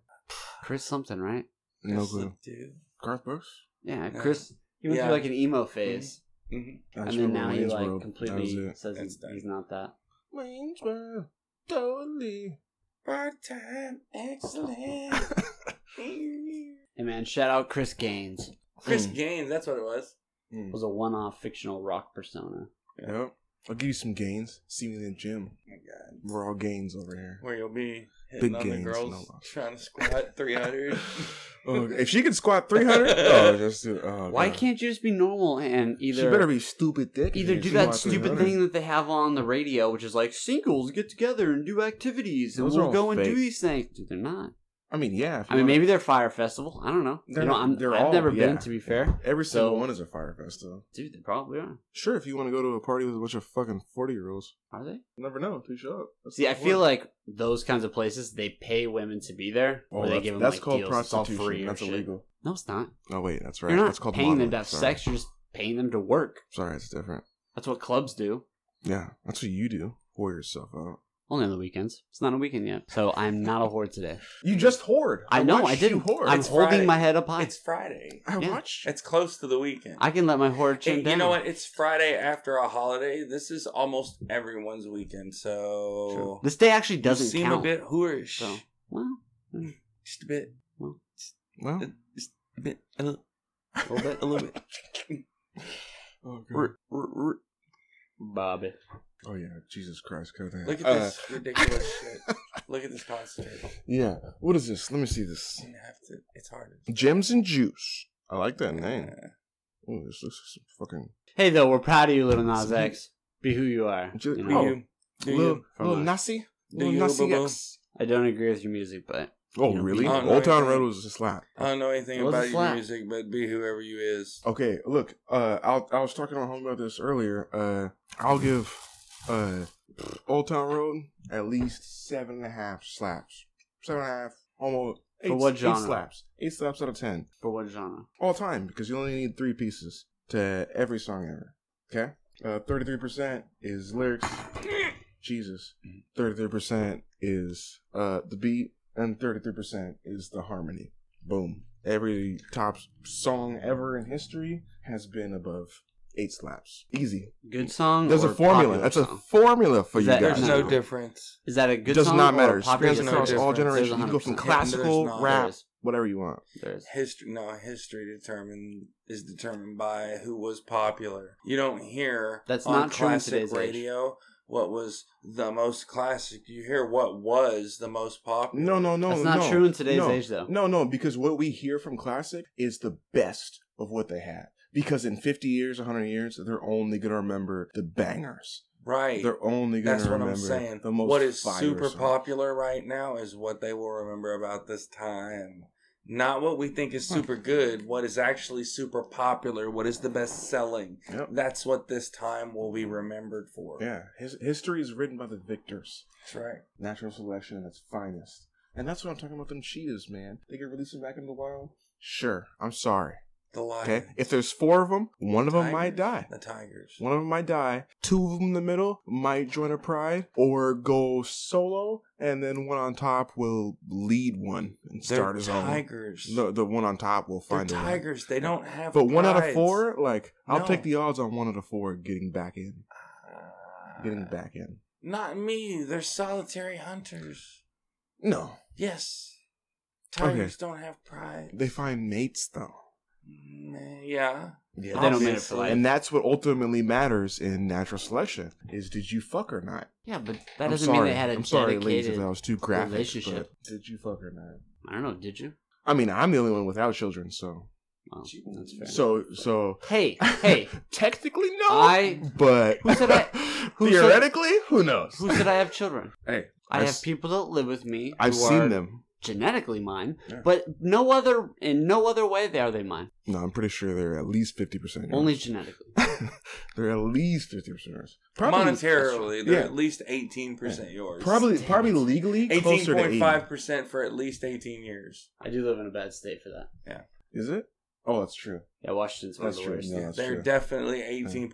Chris something, right?
No
Yes,
clue.
dude.
Garth Brooks.
Yeah,
Yeah.
Chris. He went
Yeah. Mm-hmm.
through like an emo phase,
I
Mhm.
and
just
then
remember
now he
Wayne's
like
World. That was
completely
it.
says
That's
he's,
done.
he's not that.
Wayne's World, totally.
Part-time excellent.
Hey man, shout out Chris Gaines.
Chris
Mm.
Gaines, that's what it was.
was a one-off fictional rock persona.
Yep. I'll give you some gains. See me in the gym.
Oh my God.
We're all gains over here.
Where you'll be hitting
Big
on the
Gaines,
girls,
no lie.
trying to squat 300.
oh, if she can squat 300, oh, just do. Oh,
Why
God.
can't you just be normal and either
she better be stupid dick?
either do that stupid thing that they have on the radio, which is like singles get together and do activities and
Those are
we'll
all
go and
fake.
do these things. Dude, they're not.
I mean, yeah. if you
I mean,
wanna-
maybe they're fire festival. I don't know.
They're
you know,
not-
I'm,
they're
I've
all-
never been
yeah.
to be fair.
every
so-
single one is a fire fest, though.
Dude, they probably are.
Sure, if you want to go to a party with a bunch of fucking forty year olds,
Are they?
you never know. Who show up? That's
See,
the
I feel
point.
like those kinds of places they pay women to be there,
Oh,
or they
that's,
give them
that's
like
called
deals. It's all free
prostitution.
or
That's
shit.
illegal.
No, it's not.
Oh wait, that's right.
You're not
that's called
paying them
modeling.
to have
Sorry.
sex. You're just paying them to work.
Sorry, it's different.
That's what clubs do.
Yeah, that's what you do. Whore yourself out.
Only on the weekends. It's not a weekend yet, so I'm not a whore today.
You just hoard.
I, know. I
watched you
didn't.
Hoard.
I'm
It's-
holding
Friday.
my head up high.
It's Friday.
I
yeah.
watched.
It's close to the weekend.
I can let my hoard chin
Hey,
down.
you know what? It's Friday after a holiday. This is almost everyone's weekend, so
True. This day actually doesn't
seem
count.
a bit whoorish.
So, well,
Just a bit,
Well,
a bit, a little, a little bit, a little bit.
oh, God.
R- r- r-
Bobby.
oh yeah, Jesus Christ, cut that.
Look at
Uh,
this ridiculous shit. Look at this concert.
Yeah, what is this? Let me see this.
Didn't have to. It's hard.
Gems and Juice. I like that name. Oh, this looks like some
Hey, though, we're proud of you, little
So
Nas
you-
X. Be who you are.
Ju-
you
Do
know?
Oh.
you? Do
fucking
you?
little
From
little
us.
Nasty.
Do
Little
you,
Nasty
Bobo?
X.
I don't agree with your music, but
Oh
You know,
really?
Oh, no,
Old Town
yeah.
Road was a slap.
I don't know anything
It was a
about your
slap.
music, but be whoever you is.
Okay, look, uh, I'll, I was talking to my homie about this earlier. Uh, I'll give uh, Old Town Road at least seven and a half slaps. Seven and a half, almost eight,
For what genre?
eight slaps. Eight slaps out of ten.
for what genre?
All time, because you only need three pieces to every song ever. Okay? Uh, 33% is lyrics. Jesus. 33% is uh, the beat, and 33% is the harmony. Boom. Every top song ever in history has been above eight slaps. Easy.
Good song.
There's
Hmm. or
a formula.
popular
That's a
song?
formula for
Is
you
that-
guys.
There's no
no.
difference.
Is that a good
Does
song?
not
or a
matter.
popular
Spans
There's no
across all
difference.
generations. You
There's
can go from
100%.
classical,
There's not.
rap,
There is.
whatever you want.
There is.
History, no, history determined is determined by who was popular. You don't hear
That's
on
not true in today's age.
radio what was the most classic. You hear what was the most popular.
No, no, no.
That's not
no.
true in today's
No.
age, though.
No, no, because what we hear from classic is the best of what they had. Because in 50 years, 100 years, they're only going to remember the bangers.
right.
They're only going to
That's what
remember
I'm saying.
the most
what is
fire
super
songs.
popular right now is what they will remember about this time. Not what we think is super good. What is actually super popular? What is the best selling?
Yep.
That's what this time will be remembered for.
Yeah, his, history is written by the victors.
That's right.
Natural selection at its finest. And that's what I'm talking about them cheetahs, man. They can release them back into the wild. Sure, I'm sorry.
The lion.
Okay? If there's four of them, one of them might
Tigers.
die.
The tigers.
One of them might die. Two of them in the middle might join a pride or go solo, and then one on top will lead one and
They're
start his
tigers.
own. The the one on top will
They're
find a way.
tigers. They don't have.
But one out of
prides.
four, like I'll
No.
take the odds on one out of four getting back in,
Ah,
getting back in.
Not me. They're solitary hunters.
No,
Yes.
Okay.
Tigers don't have pride.
they find mates though.
Mm, Yeah.
Yeah,
But they don't mean it
obviously.
for life.
and that's what ultimately matters in natural selection: is did you fuck or not?
Yeah, but that
I'm
doesn't mean
sorry.
they had a
I'm sorry, ladies,
dedicated.
if that was too graphic.
relationship.
But did you fuck or not?
I don't know. Did you?
I mean, I'm the only one without children, so
Well, that's fair.
so so
hey, hey,
technically no.
I.
but
Who said I- who said-
theoretically, who knows?
Who said I have children?
hey,
I
I've
have
s-
people that live with me. who
I've
are
seen them.
Genetically mine,
Yeah.
but no other in no other way they are they mine.
No, I'm pretty sure they're at least fifty percent.
Only genetically.
they're at least fifty percent yours.
Monetarily, they're
yeah.
at least 18% yours.
Probably, probably legally closer to eighty.
18.5% for at least 18 years.
I do live in a bad state for that.
Is it? Oh, that's true.
Yeah, Washington's one of
That's
the
true.
worst.
No, that's
they're
true.
definitely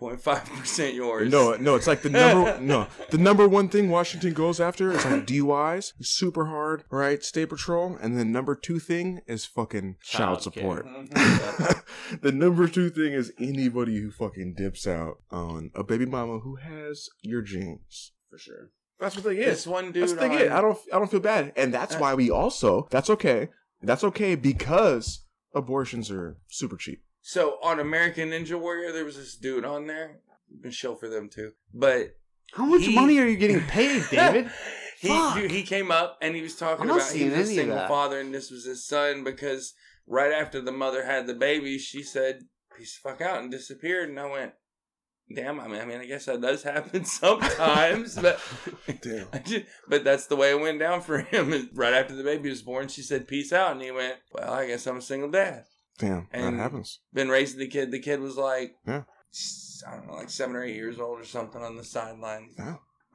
18.5% yours.
No, no, it's like the number no, the number one thing Washington goes after is like DUIs, super hard, right? State patrol, and the number two thing is fucking child,
Child
support.
Mhm.
the number two thing is anybody who fucking dips out on a baby mama who has your genes.
for sure.
That's what they get.
This one dude.
that's what they
on-
get. I don't. I don't feel bad, and that's why we also. That's okay. That's okay because abortions are super cheap.
So on American Ninja Warrior, there was this dude on there. Been show for them too, but
How much
He-
money are you getting paid, David?
he
Fuck.
dude, he came up and he was talking
I'm not
about he
seeing
was a
any of
single
that.
father and this was his son because right after the mother had the baby, she said peace the fuck out and disappeared, and I went, Damn, I mean, I mean, I guess that does happen sometimes, but
Damn.
I ju- but that's the way it went down for him. And Right after the baby was born, she said, "Peace out," and he went, "Well, I guess I'm a single dad."
Damn.
And-
that happens.
Been raising the kid. The kid was like,
Yeah.
s- I don't know, like seven or eight years old or something on the sidelines.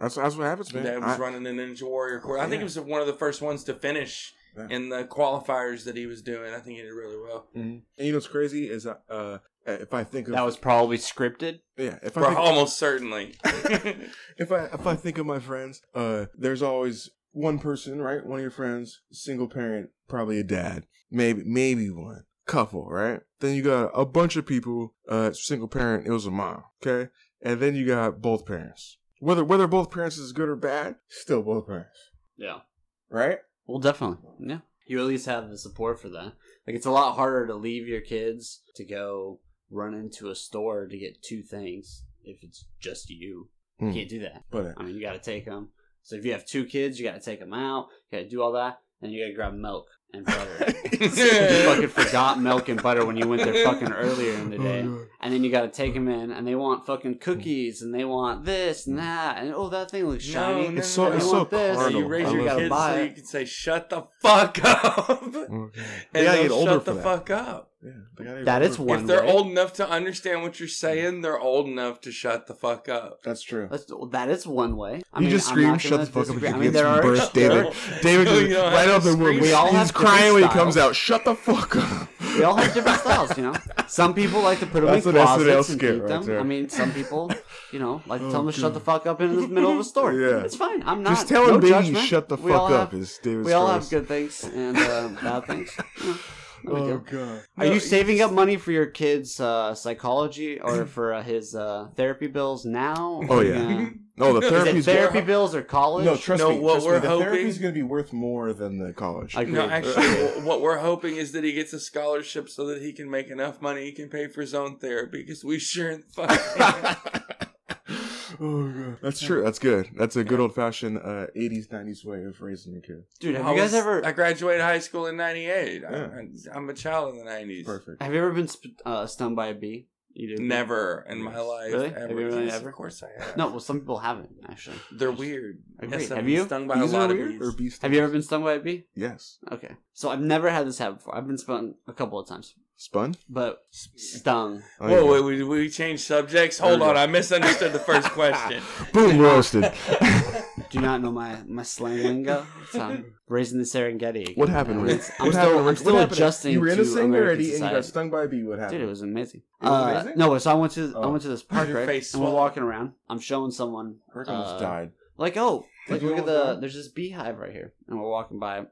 That's that's what happens, man.
Dad was
I-
running an Ninja Warrior course. I think
Yeah.
he was one of the first ones to finish
Yeah.
in the qualifiers that he was doing. I think he did really well.
Mhm. And you know what's crazy is that uh, if I think of
That was probably scripted.
yeah, if I
For
think,
almost certainly.
if I if I think of my friends, uh, there's always one person, right? One of your friends, single parent, probably a dad, maybe maybe one couple, right? Then you got a bunch of people, uh, single parent, it was a mom, okay, and then you got both parents. Whether whether both parents is good or bad, still both parents,
Yeah.
right?
Well, definitely. Yeah. You at least have the support for that. Like, it's a lot harder to leave your kids to go run into a store to get two things if it's just you. You
Hmm.
can't do that.
But uh,
I mean, you got to take them. So if you have two kids, you got to take them out. You got to do all that. And you got to grab milk and butter. you fucking forgot milk and butter when you went there fucking earlier in the day.
oh, God.
And then you got to take them in, and they want fucking cookies, and they want this and that, and oh, that thing looks shiny.
No, no,
It's so
no,
it's
I
so
want this.
carnal.
So you raise
I
your
love
gotta
kids
buy
so
it.
you can say, "Shut the fuck up,"
it.
and
Okay. They gotta
they'll
get older
shut
for
the
that.
fuck up.
Yeah, they gotta get
That
older
is
for-
one
if they're
way.
old enough to understand what you're saying, they're old enough to shut the fuck up.
That's true.
That's, that is one way. I
You
mean,
just
I'm
scream,
not
"Shut the
gonna
fuck up!"
disagree.
and
I
you
mean,
get
there
some
are
burst
there
David.
are-
David
No,
just
you don't
right
have
out
to
the womb.
scream.
We all
He's
have
crying
different
when he comes
styles.
out. Shut the fuck up.
we all have different styles, you know. Some people like to put them
That's
in
an SNL
closets and
skit
keep
right
them.
there.
I mean, some people, you know, like to
Oh,
tell them to
God.
shut the fuck up in the middle of a story.
Yeah.
It's fine. I'm not.
Just telling
no
baby
judgment.
shut the
We all
fuck up
Have,
is David's
we all
choice.
have good things and uh, bad things. Yeah, no big
Oh
deal.
god.
Are you saving up money for your kid's uh, psychology or for uh, his uh, therapy bills now?
Oh,
Or,
yeah.
uh,
No, the
Is it
therapy's
is it therapy
wor-
bills or college?
No, trust
No,
me.
what
trust me,
we're
the therapy's
hoping-
going to be worth more than the college.
I agree.
No, actually, wh- what we're hoping is that he gets a scholarship so that he can make enough money he can pay for his own therapy. Because we sure in the fuck.
oh god. That's true. That's good. That's a good old fashioned uh, 80s 90s way of raising your kid.
dude, have
I
you guys
was-
ever
I graduated high school in '98.
Yeah.
I, am a child in the '90s.
Perfect.
have you ever been sp- uh, stung by a bee? You did
Never in my life.
Really?
Ever.
Have you really
Yes,
ever?
Of course I have.
No, well, some people haven't actually.
They're weird.
I agree.
Yes, I've
Have
been
you?
Stung by a lot of bees.
or beast?
Have you ever been stung by a bee?
Yes.
Okay, so I've never had this happen before. I've been stung a couple of times,
Spun?
but stung.
Oh,
Whoa,
yeah.
wait, we, we changed subjects. Hold
There we
on,
go.
I misunderstood the first question.
Boom roasted.
Do you not know my my slang lingo. It's, um, raising the Serengeti. again,
What happened,
man.
Rick?
It's- I'm
What
still,
happened,
I'm
Rick?
still
What happened?
adjusting.
You were in
to
a
American
singularity and you
society.
got stung by a bee. What happened?
Dude, it was amazing.
It was
Uh,
amazing?
no, so I went to I
Oh.
went to this park,
Your
right?
face
and we're
swelled.
walking around. I'm showing someone
Rick almost
uh,
died.
like, oh,
Did
like
you
look at
almost
the
die?
there's this beehive right here, and we're walking by. it.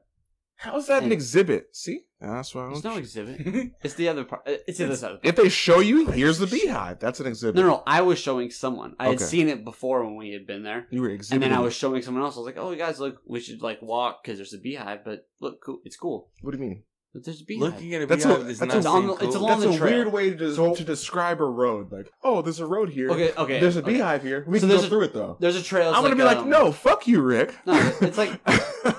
How's that an
and-
exhibit? See, that's why. I
There's
don't-
no exhibit. It's the other part. It's the other side. Of the
if they show you, here's the beehive. That's an exhibit.
no, no, I was showing someone. I had
Okay.
seen it before when we had been there,
You were
and
exhibiting.
then I was showing someone else. I was like, oh, you guys, look, we should like walk because there's a beehive. But look, cool, it's cool.
What do you mean?
But there's a beehive.
Looking at a
That's
beehive
a-
is
that's
not
a-
seem
it's a
cool.
long-
That's
the
a
trail.
weird way to,
So-
to describe a road. Like, oh, there's a road here.
okay, okay.
There's a
okay.
beehive here. We
So
can go
there's a-
through it though.
There's a trail. It's
I'm gonna be like,
um,
no, fuck you, Rick.
No, it's like-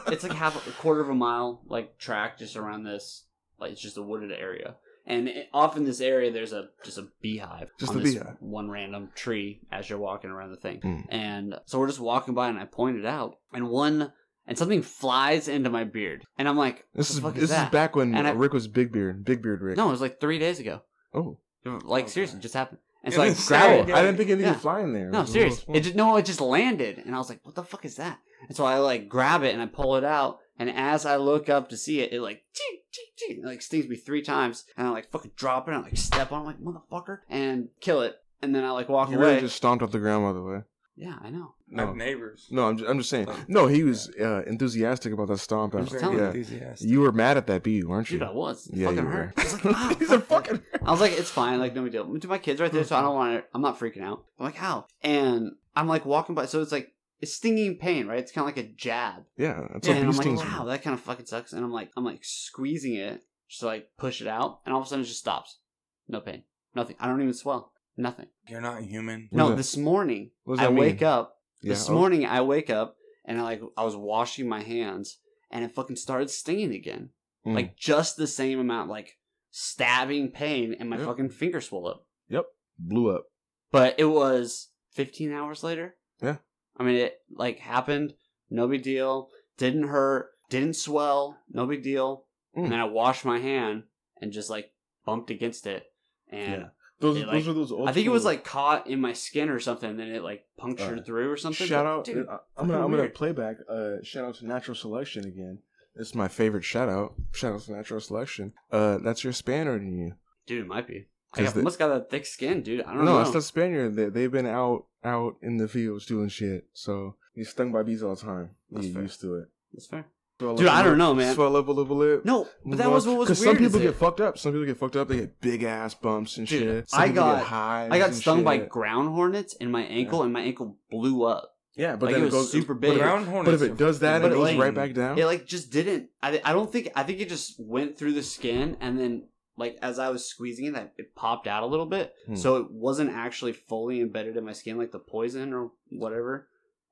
it's like half a quarter of a mile like track just around this like it's just a wooded area and it, off in this area there's a just a beehive
Just
on
a
this
beehive.
one random tree as you're walking around the thing
Mm.
and so we're just walking by and i pointed out and one and something flies into my beard and i'm like
this
what
is
the fuck
this is
that?
back when
And I-
Rick was big beard, big beard Rick.
no it was like three days ago
oh,
like
Okay.
seriously it just happened and
It
so i
was
grabbed
sad.
it
I didn't think anything
Yeah.
could fly in there.
no
It
i'm
was a little
serious
small.
it just no it just landed and i was like what the fuck is that and so i like grab it and i pull it out and as i look up to see it it like ting, ting, ting, it, like stings me three times and i like fucking drop it and i like step on it like motherfucker and kill it and then i like walk
You
away
really just stomped off the ground, by the way.
yeah i know
I have
No.
neighbors.
No, I'm just, I'm just saying.
Oh.
No, he was uh, enthusiastic about that stomp
I'm
out.
just
very
telling
Yeah.
enthusiastic.
You were mad at that bee, weren't you?
dude i was it
Yeah,
fucking
you were.
hurt I was, like, "Ah,
These
fuck
are
this."
fucking. Mm-hmm.
I was like, it's fine, like no big deal. To my kids right there, so I don't want to. I'm not freaking out. I'm like, how? And I'm like walking by, so it's like it's stinging pain, right? It's kind of like a jab.
Yeah, that's
Yeah,
what bee
and I'm like,
stings.
wow,
do.
that kind of fucking sucks. And I'm like, I'm like squeezing it, just to, like push it out, and all of a sudden it just stops. No pain, nothing. I don't even swell, nothing.
You're not human.
What
no,
does that-
this morning
what does
I
that mean?
wake up. this
Yeah, oh,
morning I wake up and I like I was washing my hands, and it fucking started stinging again,
mm.
like just the same amount, like stabbing pain, and my
Yep.
fucking finger swelled up.
blew up.
But it was 15 hours later.
Yeah.
I mean, it like happened. No big deal. Didn't hurt. Didn't swell. No big deal.
Mm.
And then I washed my hand and just like bumped against it. And
Yeah. Those,
It, like-
those are those. Old
I think it
school-
was like caught in my skin or something. And then it like punctured
Uh,
through or something.
Shout
but,
out!
dude,
I- I'm gonna I'm
fucking
gonna
weird.
play back. Uh, shout out to Natural Selection again. It's my favorite shout out. Shout out to Natural Selection. Uh, that's your Spaniard in you.
Dude, it might be. I
'Cause
got,
the-
must got that thick skin, dude. I
No,
don't know.
it's not Spaniard. They, they've been out out in the fields doing shit. So he's stung by bees all the time.
That's
He's
fair.
used to it.
That's fair.
Swell
Dude,
up a
I don't
lip-
know, man.
Swell up a little lip.
No, but
move
that
on.
was what was weird.
some
is
people get
it-
fucked up. Some people get fucked up. They get big ass bumps and
Dude,
shit. Some
I
people
got-
get highs
I got
and
stung by
shit.
ground hornets in my ankle, and my ankle blew up.
yeah, but
like,
then
it
it
was
goes
super
but if it-
big.
Ground
But
hornets.
if it does that,
But
it
it,
goes
like-
right back down.
It like just didn't. I I don't think. I think it just went through the skin, and then like as I was squeezing it, that it popped out a little bit.
Hmm.
So it wasn't actually fully embedded in my skin, like the poison or whatever.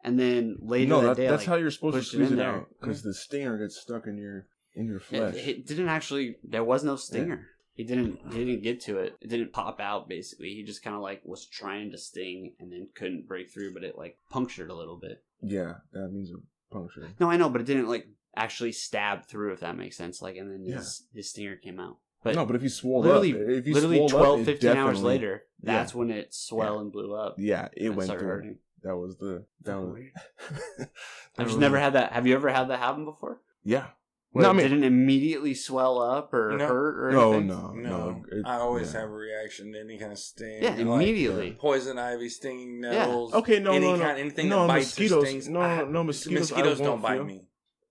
And then later
no,
that,
that-
day,
that's
like,
how you're supposed to
pushed it
squeeze
in
it
there.
out because the stinger gets stuck in your in your
it,
flesh.
it didn't actually. There was no stinger. He didn't he didn't get to it. It didn't pop out. Basically, he just kind of like was trying to sting and then couldn't break through, but it like punctured a little bit.
yeah, that means a puncture.
No, I know, but it didn't like actually stab through, if that makes sense. Like, and then
Yeah.
his, his stinger came out. But
no, but if you swole
literally,
up, if you
literally
swole
12,
up, it
15 hours
definitely-
later,
yeah.
that's when it swelled and blew up.
yeah, it
and
went
started
through.
hurting.
That was the that
Fucking
was.
weird.
that
I've
was-
just never had that. Have you ever had that happen before?
Yeah.
Where
No,
it
I mean-
didn't immediately swell up or
No.
hurt or
Oh
anything?
no,
no,
no. it-
I always
yeah.
have a reaction to any kind of sting.
Yeah,
and, like,
immediately.
poison ivy, stinging
Yeah.
nettles.
Okay, no,
any
no, no,
kind, anything
no,
that bites
mosquitoes,
or stings.
no,
I-
no, mosquitoes, I
Mosquitoes don't
won't
bite
feel.
me.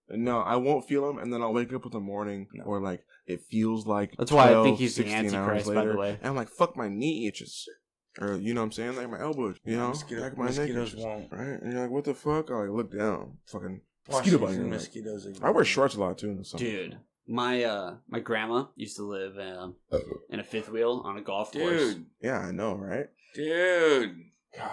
No, I won't feel them, and then I'll wake up in the morning,
No.
or like it feels like.
That's why I
12,
think he's the
16 hours
Antichrist, by
later,
the way.
And I'm like, fuck, my knee itches, or you know what I'm saying, like my elbow, you know,
Mosquito-
like my neck
mosquitoes
itches.
won't.
Right, and you're like, what the fuck? I like look down, fucking mosquito bite.
Washington
in your neck.
mosquitoes.
I wear shorts a lot too. in the summer.
Dude, my uh, my grandma used to live um, in a fifth wheel on a golf course.
Dude,
Yeah, I know, right?
dude.
God,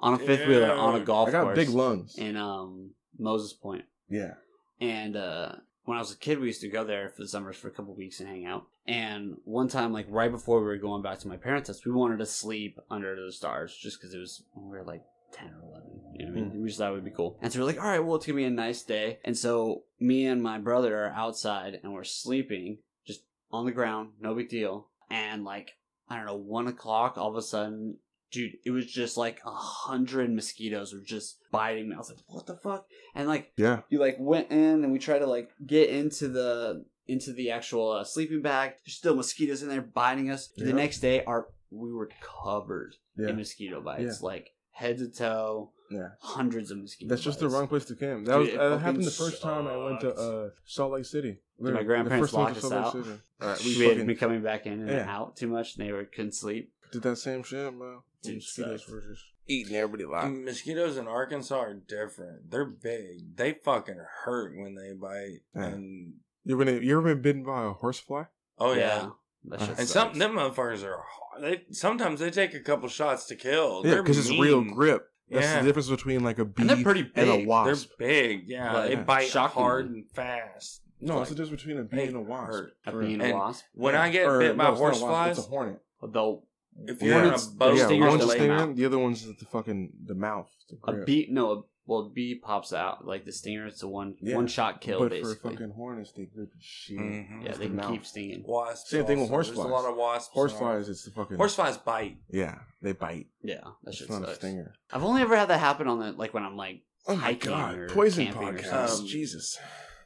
On a fifth wheeler on a
Dude.
golf
I got
course.
big lungs.
In um, Moses Point.
yeah,
And uh, when I was a kid, we used to go there for the summers for a couple weeks and hang out. And one time, like right before we were going back to my parents' house, we wanted to sleep under the stars just because it was we were like. 10 or 11. You know what I mean? We just thought it would be cool. Hmm. And so we're like, all right, well, it's going to be a nice day. And so me and my brother are outside and we're sleeping just on the ground, no big deal. And like, I don't know, one o'clock, all of a sudden, dude, it was just like a hundred mosquitoes were just biting me. I was like, what the fuck? And like,
yeah.
you like went in and we tried to like get into the into the actual uh, sleeping bag there's still mosquitoes in there biting us
Yeah.
the next day our we were covered
Yeah.
in mosquito bites like head to toe
Yeah.
hundreds of mosquitoes
That's just the wrong place to camp. That
Dude,
was
it
that
fucking
happened the first time I went to
sucked.
uh, Salt Lake City.
my
The
grandparents
first time I
locked
went to
us
Salt Lake City. All right,
we,
we
had
fucking
me coming back in and
Yeah.
out too much and they were couldn't sleep
did that same shit, man.
Dude,
Mosquitoes
sucked.
were just eating everybody
And
alive.
Mosquitoes in Arkansas are different. They're big. They fucking hurt when they bite.
Yeah.
And
You ever been, you ever been bitten by a horsefly?
oh yeah.
that shit
And
And
sucks.
some them motherfuckers are hard. They sometimes they take a couple shots to kill.
Yeah,
They're
because it's
mean.
real grip. That's
Yeah.
the difference between like a bee
and
and,
they're pretty big
a
They're
wasp.
big. Yeah,
Like,
they
yeah.
bite
shockingly.
hard and fast.
no, it's the
Like,
difference between a bee
they
and a wasp.
hurt.
a
For-
bee and a
And-
wasp
when
Yeah.
I get
Or,
bit by
no, it's not a wasp,
horseflies,
It's a hornet.
although
if
Yeah.
you're in a
Hornets-
boat,
Those
yeah,
stingers
one's
don't
the
come
stinger,
out.
the other one's the fucking the mouth. The
a
grip.
bee no a, well a bee pops out like the stinger it's a one
Yeah.
one shot kill
but for
basically
fucking hornets, they grip the shit.
Mhm.
yeah
It's
they
the
can
mouth.
keep stinging
wasps.
Same thing with
also. There's a
horseflies.
lot of wasps.
Horseflies, it's the fucking
Horseflies bite.
Yeah, they bite.
Yeah, that
It's
shit
not a
sucks.
stinger.
I've only ever had that happen on the like when I'm like
Oh my
Hiking
god,
or
poison
camping or Um,
podcast.
something.
Jesus.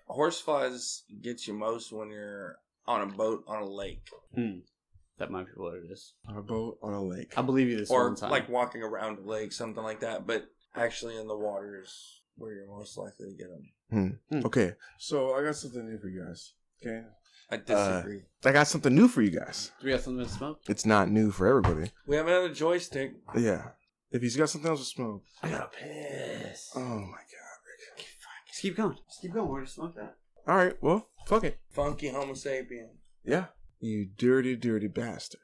Horseflies get you most when you're on a boat on a lake
that might be what it is.
On a boat on a lake.
I believe you this
or
one time.
like walking around a lake, something like that. But actually, in the water is where you're most likely to get them.
Okay, so I got something new for you guys. Okay,
I disagree.
I got something new for you guys.
do we have something to smoke?
It's not new for everybody.
we have another joystick.
Yeah. If he's got something else to smoke.
I gotta piss.
Oh my god.
Just keep going. Just keep going. We're gonna smoke that.
All right. Well, fuck it.
Funky Homo sapien.
Yeah. You dirty, dirty bastard.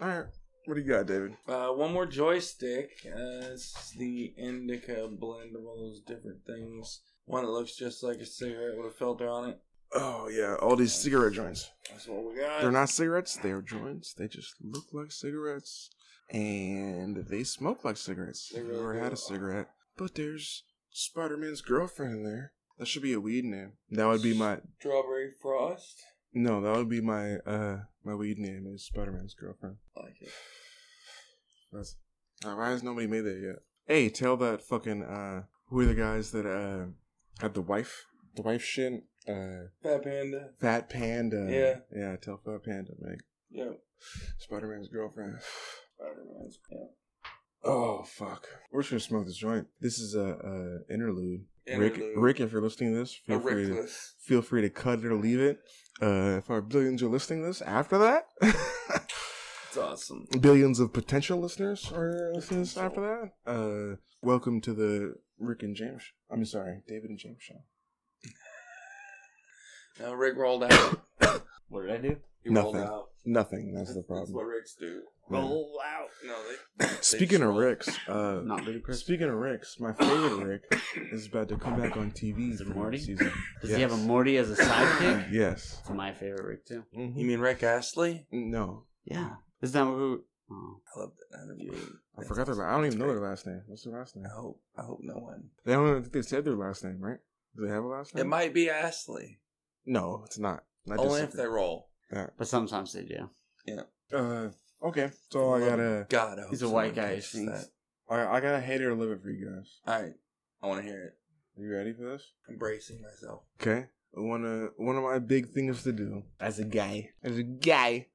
All right. What do you got, David?
Uh, one more joystick. Uh, it's the indica blend of all those different things. One that looks just like a cigarette with a filter on it.
Oh yeah, all these cigarette joints.
That's what we got.
They're not cigarettes. They are joints. They just look like cigarettes. and they smoke like cigarettes.
They
They
really
never
do.
had a cigarette. But there's Spider Man's girlfriend in there. That should be a weed name. That would be my
Strawberry frost.
no. That would be my uh my weed name is Spider Man's girlfriend.
Like it.
That's uh, why has nobody made that yet? Hey, tell that fucking uh who are the guys that uh had the wife the wife shit uh
Fat panda.
Fat Panda
Yeah.
yeah tell Fat Panda make
Yeah.
Spider Man's girlfriend.
Spider-Man's. Yeah.
Oh fuck! We're just gonna smoke this joint. This is a, a interlude.
Interlude.
Rick, Rick, if you're listening to this,
A
feel free to,
Rickless.
feel free to cut it or leave it. Uh, if our billions are listening to this after that,
It's awesome.
billions of potential listeners are listening to this after that. Uh, welcome to the Rick and James. sh- I'm sorry, David and James show.
Now Rick rolled out.
What did I do?
He rolled
Nothing.
out.
Nothing. That's the
That's what
problem.
Ricks do.
Yeah.
Roll out. No, they, they
Speaking
just
of
roll.
Ricks, uh,
Not ludicrous.
speaking of Ricks, my favorite Rick is about to come back on TV
Is it
for
Morty?
Marty season.
Does
Yes.
he have a Morty as a sidekick?
Yes.
It's my favorite Rick too.
Mhm.
You mean Rick Astley?
No,
Yeah. Isn't that who? Oh.
I love that interview.
I forgot their. la- I don't even know
great.
their last name. What's their last name?
I hope. I hope no one.
They don't even think they said their last name, right? Do they have a last name?
It might be Astley.
No, it's not. I
Only if
disagree.
they roll.
But sometimes they do.
Uh, okay. So I got a.
God, I hope
He's a white
someone
guy. He
catches
sings.
I, I got a hate it or love it for you guys.
that. All right, I want to hear it.
You ready for this?
Embracing myself.
Okay. One of one of my big things to do as a guy, as a guy,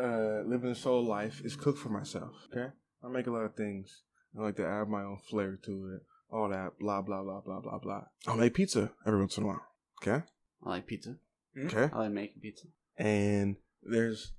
uh, living a soul life is cook for myself. Okay. I make a lot of things. I like to add my own flair to it. All that blah blah blah blah blah blah. I'll make pizza every once in a while. Okay.
I like pizza.
Okay.
I like making pizza.
and there's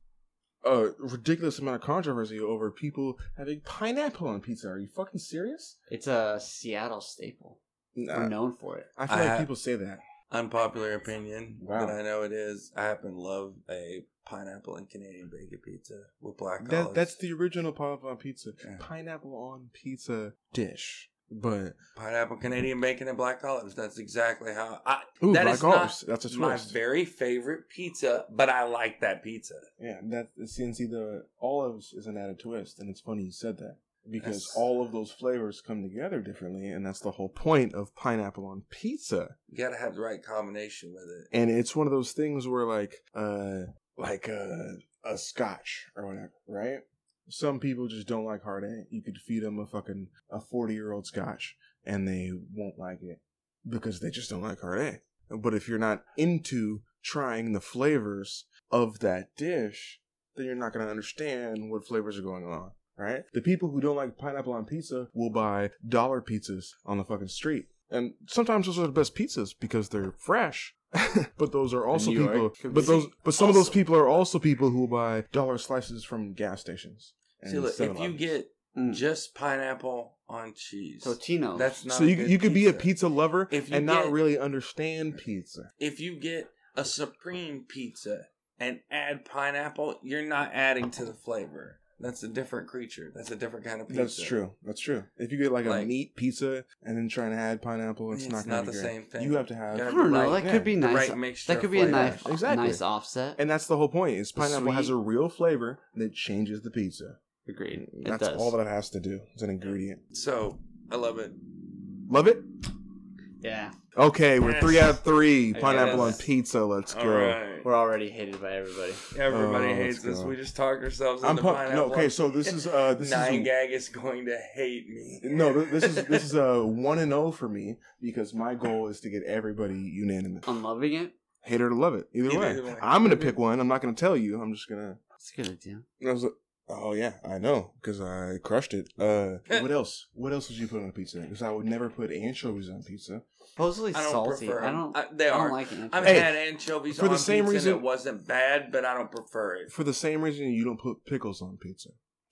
a ridiculous amount of controversy over people having pineapple on pizza. Are you fucking serious?
It's a Seattle staple. We're
Nah,
known for it.
I feel
I
like
have-
people say that.
Unpopular opinion,
Wow.
but I know it is. I happen to love a pineapple and Canadian bacon pizza with black olives.
that that's the original pineapple on pizza.
Yeah.
Pineapple on pizza dish. But
pineapple Canadian bacon and black olives. That's exactly how I.
ooh,
that
black
is not
olives. That's a
my
twist.
very favorite pizza, but I like that pizza.
yeah, that see, and see the olives is an added twist, and it's funny you said that because
That's-
all of those flavors come together differently, and that's the whole point of pineapple on pizza.
You gotta have the right combination with it.
and it's one of those things where like uh like a a scotch or whatever right some people just don't like hard ale you could feed them a fucking a 40 year old scotch and they won't like it because they just don't like hard ale but if you're not into trying the flavors of that dish then you're not going to understand what flavors are going on right the people who don't like pineapple on pizza will buy dollar pizzas on the fucking street and sometimes those are the best pizzas because they're fresh but those are also
New York.
people but those but some of those
Also-
people are also people who buy dollar slices from gas stations and
See, look, if you
7-Elevens.
get
Mm.
just pineapple on cheese,
Totino.
that's not.
so
a
you,
good
you could be a pizza lover
If you
and not
get-
really understand pizza
If you get a supreme pizza and add pineapple, you're not adding to the flavor. That's a different creature. That's a different kind of pizza.
That's true. That's true. If you get like,
Like-
a meat pizza and then try and add pineapple, it's,
It's
not, gonna
not
be
the
great.
same thing.
You have to have,
You
I
gotta
don't know.
Right,
that
yeah.
could be
The
nice.
right mixture.
that could
of
be a
flavors.
nice,
Exactly.
nice offset.
and that's the whole point. Is pineapple has
sweet-
a real flavor that changes the pizza.
Agreed. It
That's
does.
all that it has to do. It's an ingredient.
So I love it.
Love it.
yeah.
Okay, we're three out of three.
Yes.
Pineapple on pizza. Let's
All
go.
right.
We're already hated by everybody.
Everybody
Oh,
hates
let's
us.
go.
We just talked ourselves into
I'm pumped.
pineapple.
No, okay, so this is uh, this
Nine
is
Gag is going to hate me.
no, th- this is this is a one and zero for me because my goal is to get everybody unanimous.
I'm loving it.
Hater to love it. Either,
Either
way.
way.
I'm gonna pick one. I'm not gonna tell you. I'm just gonna.
It's a good idea.
And I was like, oh yeah, I know, because I crushed it. Uh, what else? What else would you put on a pizza? Because I would never put anchovies on pizza.
Supposedly
I don't
salty.
prefer.
I don't.
I- they
I
are.
don't like it.
I've
Hey,
had anchovies for the same reason. It wasn't bad, but I don't prefer it.
For the same reason you don't put pickles on pizza.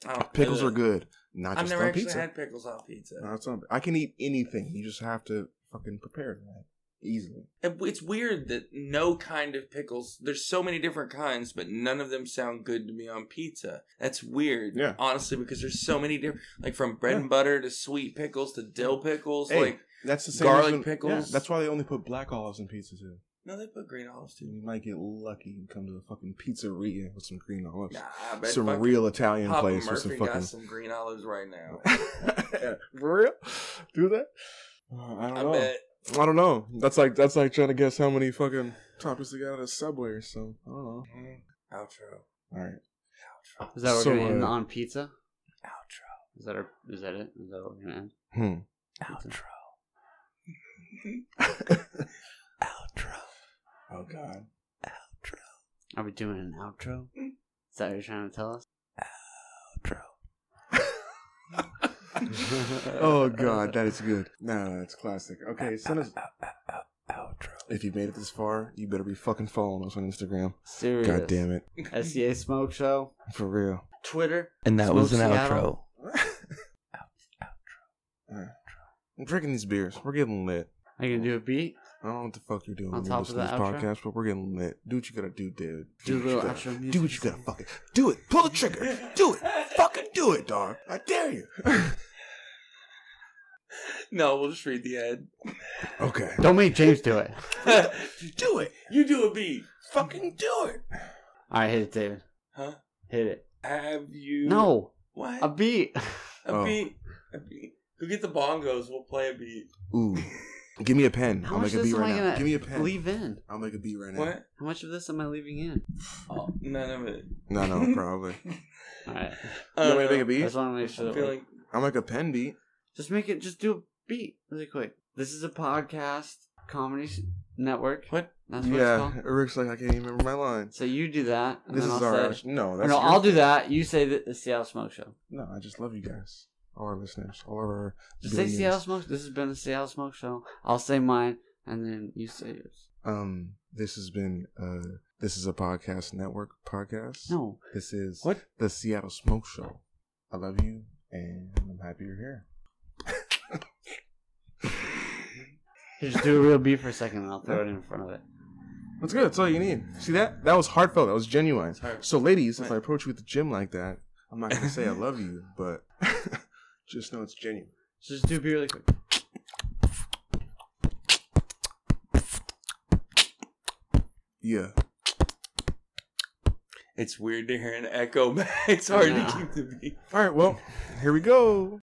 I don't-
Pickles
Ugh.
are good, not
I've
just
never
on
actually
pizza.
had pickles on pizza.
No, it's not- I can eat anything. You just have to fucking prepare it right easily.
It- It's weird that no kind of pickles. There's so many different kinds, but none of them sound good to me on pizza. That's weird.
Yeah.
Honestly, because there's so many different, like from bread and butter to sweet pickles to dill pickles.
Hey,
Like
that's the same
garlic
reason-
pickles.
that's why they only put black olives in pizza too.
No, they put green olives too.
Dude, you might get lucky and come to a fucking pizzeria with some green olives.
Nah, I bet
some
fucking
real Italian
Papa
place with
Murphy
some
got
fucking.
some green olives right now.
For real? Do that? Uh, I don't
I
know.
bet.
I don't know. That's like that's like trying to guess how many fucking toppings they got at a subway or so. I don't know.
Mm, Outro.
All right.
Is that what
So,
we're gonna end
uh,
on pizza?
Outro.
Is that our, is that it? Is that what we're gonna end?
Hmm.
Outro.
Outro.
Oh God.
Are we doing an outro? Is that what you're trying to tell us?
oh God, that is good. No, that's classic. Okay, send us.
Outro.
If you made it this far, you better be fucking following us on Instagram.
Serious.
God damn it,
SCA Smoke Show.
for real.
Twitter.
And that was an
Smoke
outro.
Seattle.
I'm drinking these beers. We're getting lit.
Are you gonna do a beat?
I don't know what the fuck you're doing.
On
when
top
you listen
of
to this
the outro?
podcast, but we're getting lit. Do what you gotta do, dude.
Do a
what you
little
gotta-
outro music.
Do what you gotta fucking do it. Pull the trigger. Do it. Fucking do it, dog. I dare you.
No, we'll just read the ad.
okay.
Don't make James do it.
do it. You do a beat. Fucking do it.
All right, hit it, David.
Huh?
Hit it.
Have you?
No,
What?
a beat.
A
Oh.
beat. A beat. Go get the bongos. We'll play a beat.
Ooh. Give me a pen.
How
I'll
much
make a
of this
beat
am I
right now.
gonna
Give me a pen.
leave in?
I'll make a beat right now.
What?
How much of this am I leaving in?
Oh, none of it.
No, no, probably.
All right.
you want me to make a
I
beat?
just want to make sure
I'm
that we
feeling.
I'll make a pen beat.
just make it. Just do a beat really quick. This is a podcast comedy s- network.
What?
That's what it's
Yeah.
called.
Eric's like, I can't even remember my lines.
So you do that. And
This
then
is
I'll
our.
Say,
No,
or
that's
no,
your-
I'll do that. You say that the Seattle Smoke Show.
No, I just love you guys. All our listeners. All of our.
Just say
billions.
Seattle Smoke. This has been the Seattle Smoke Show. I'll say mine, and then you say yours.
Um, this has been. uh This is a podcast network podcast.
No.
This is
What?
the Seattle Smoke Show. I love you, and I'm happy you're here.
Just do a real beat for a second, and I'll throw it in front of it.
That's good. That's all you need. See that? That was heartfelt. That was genuine.
It's hard.
So, ladies, if I
Right.
approach you at the gym like that, I'm not gonna say I love you, but just know it's genuine.
So just do a beat really quick.
Yeah.
It's weird to hear an echo back. It's hard
Yeah.
to keep the beat.
All right. Well, here we go.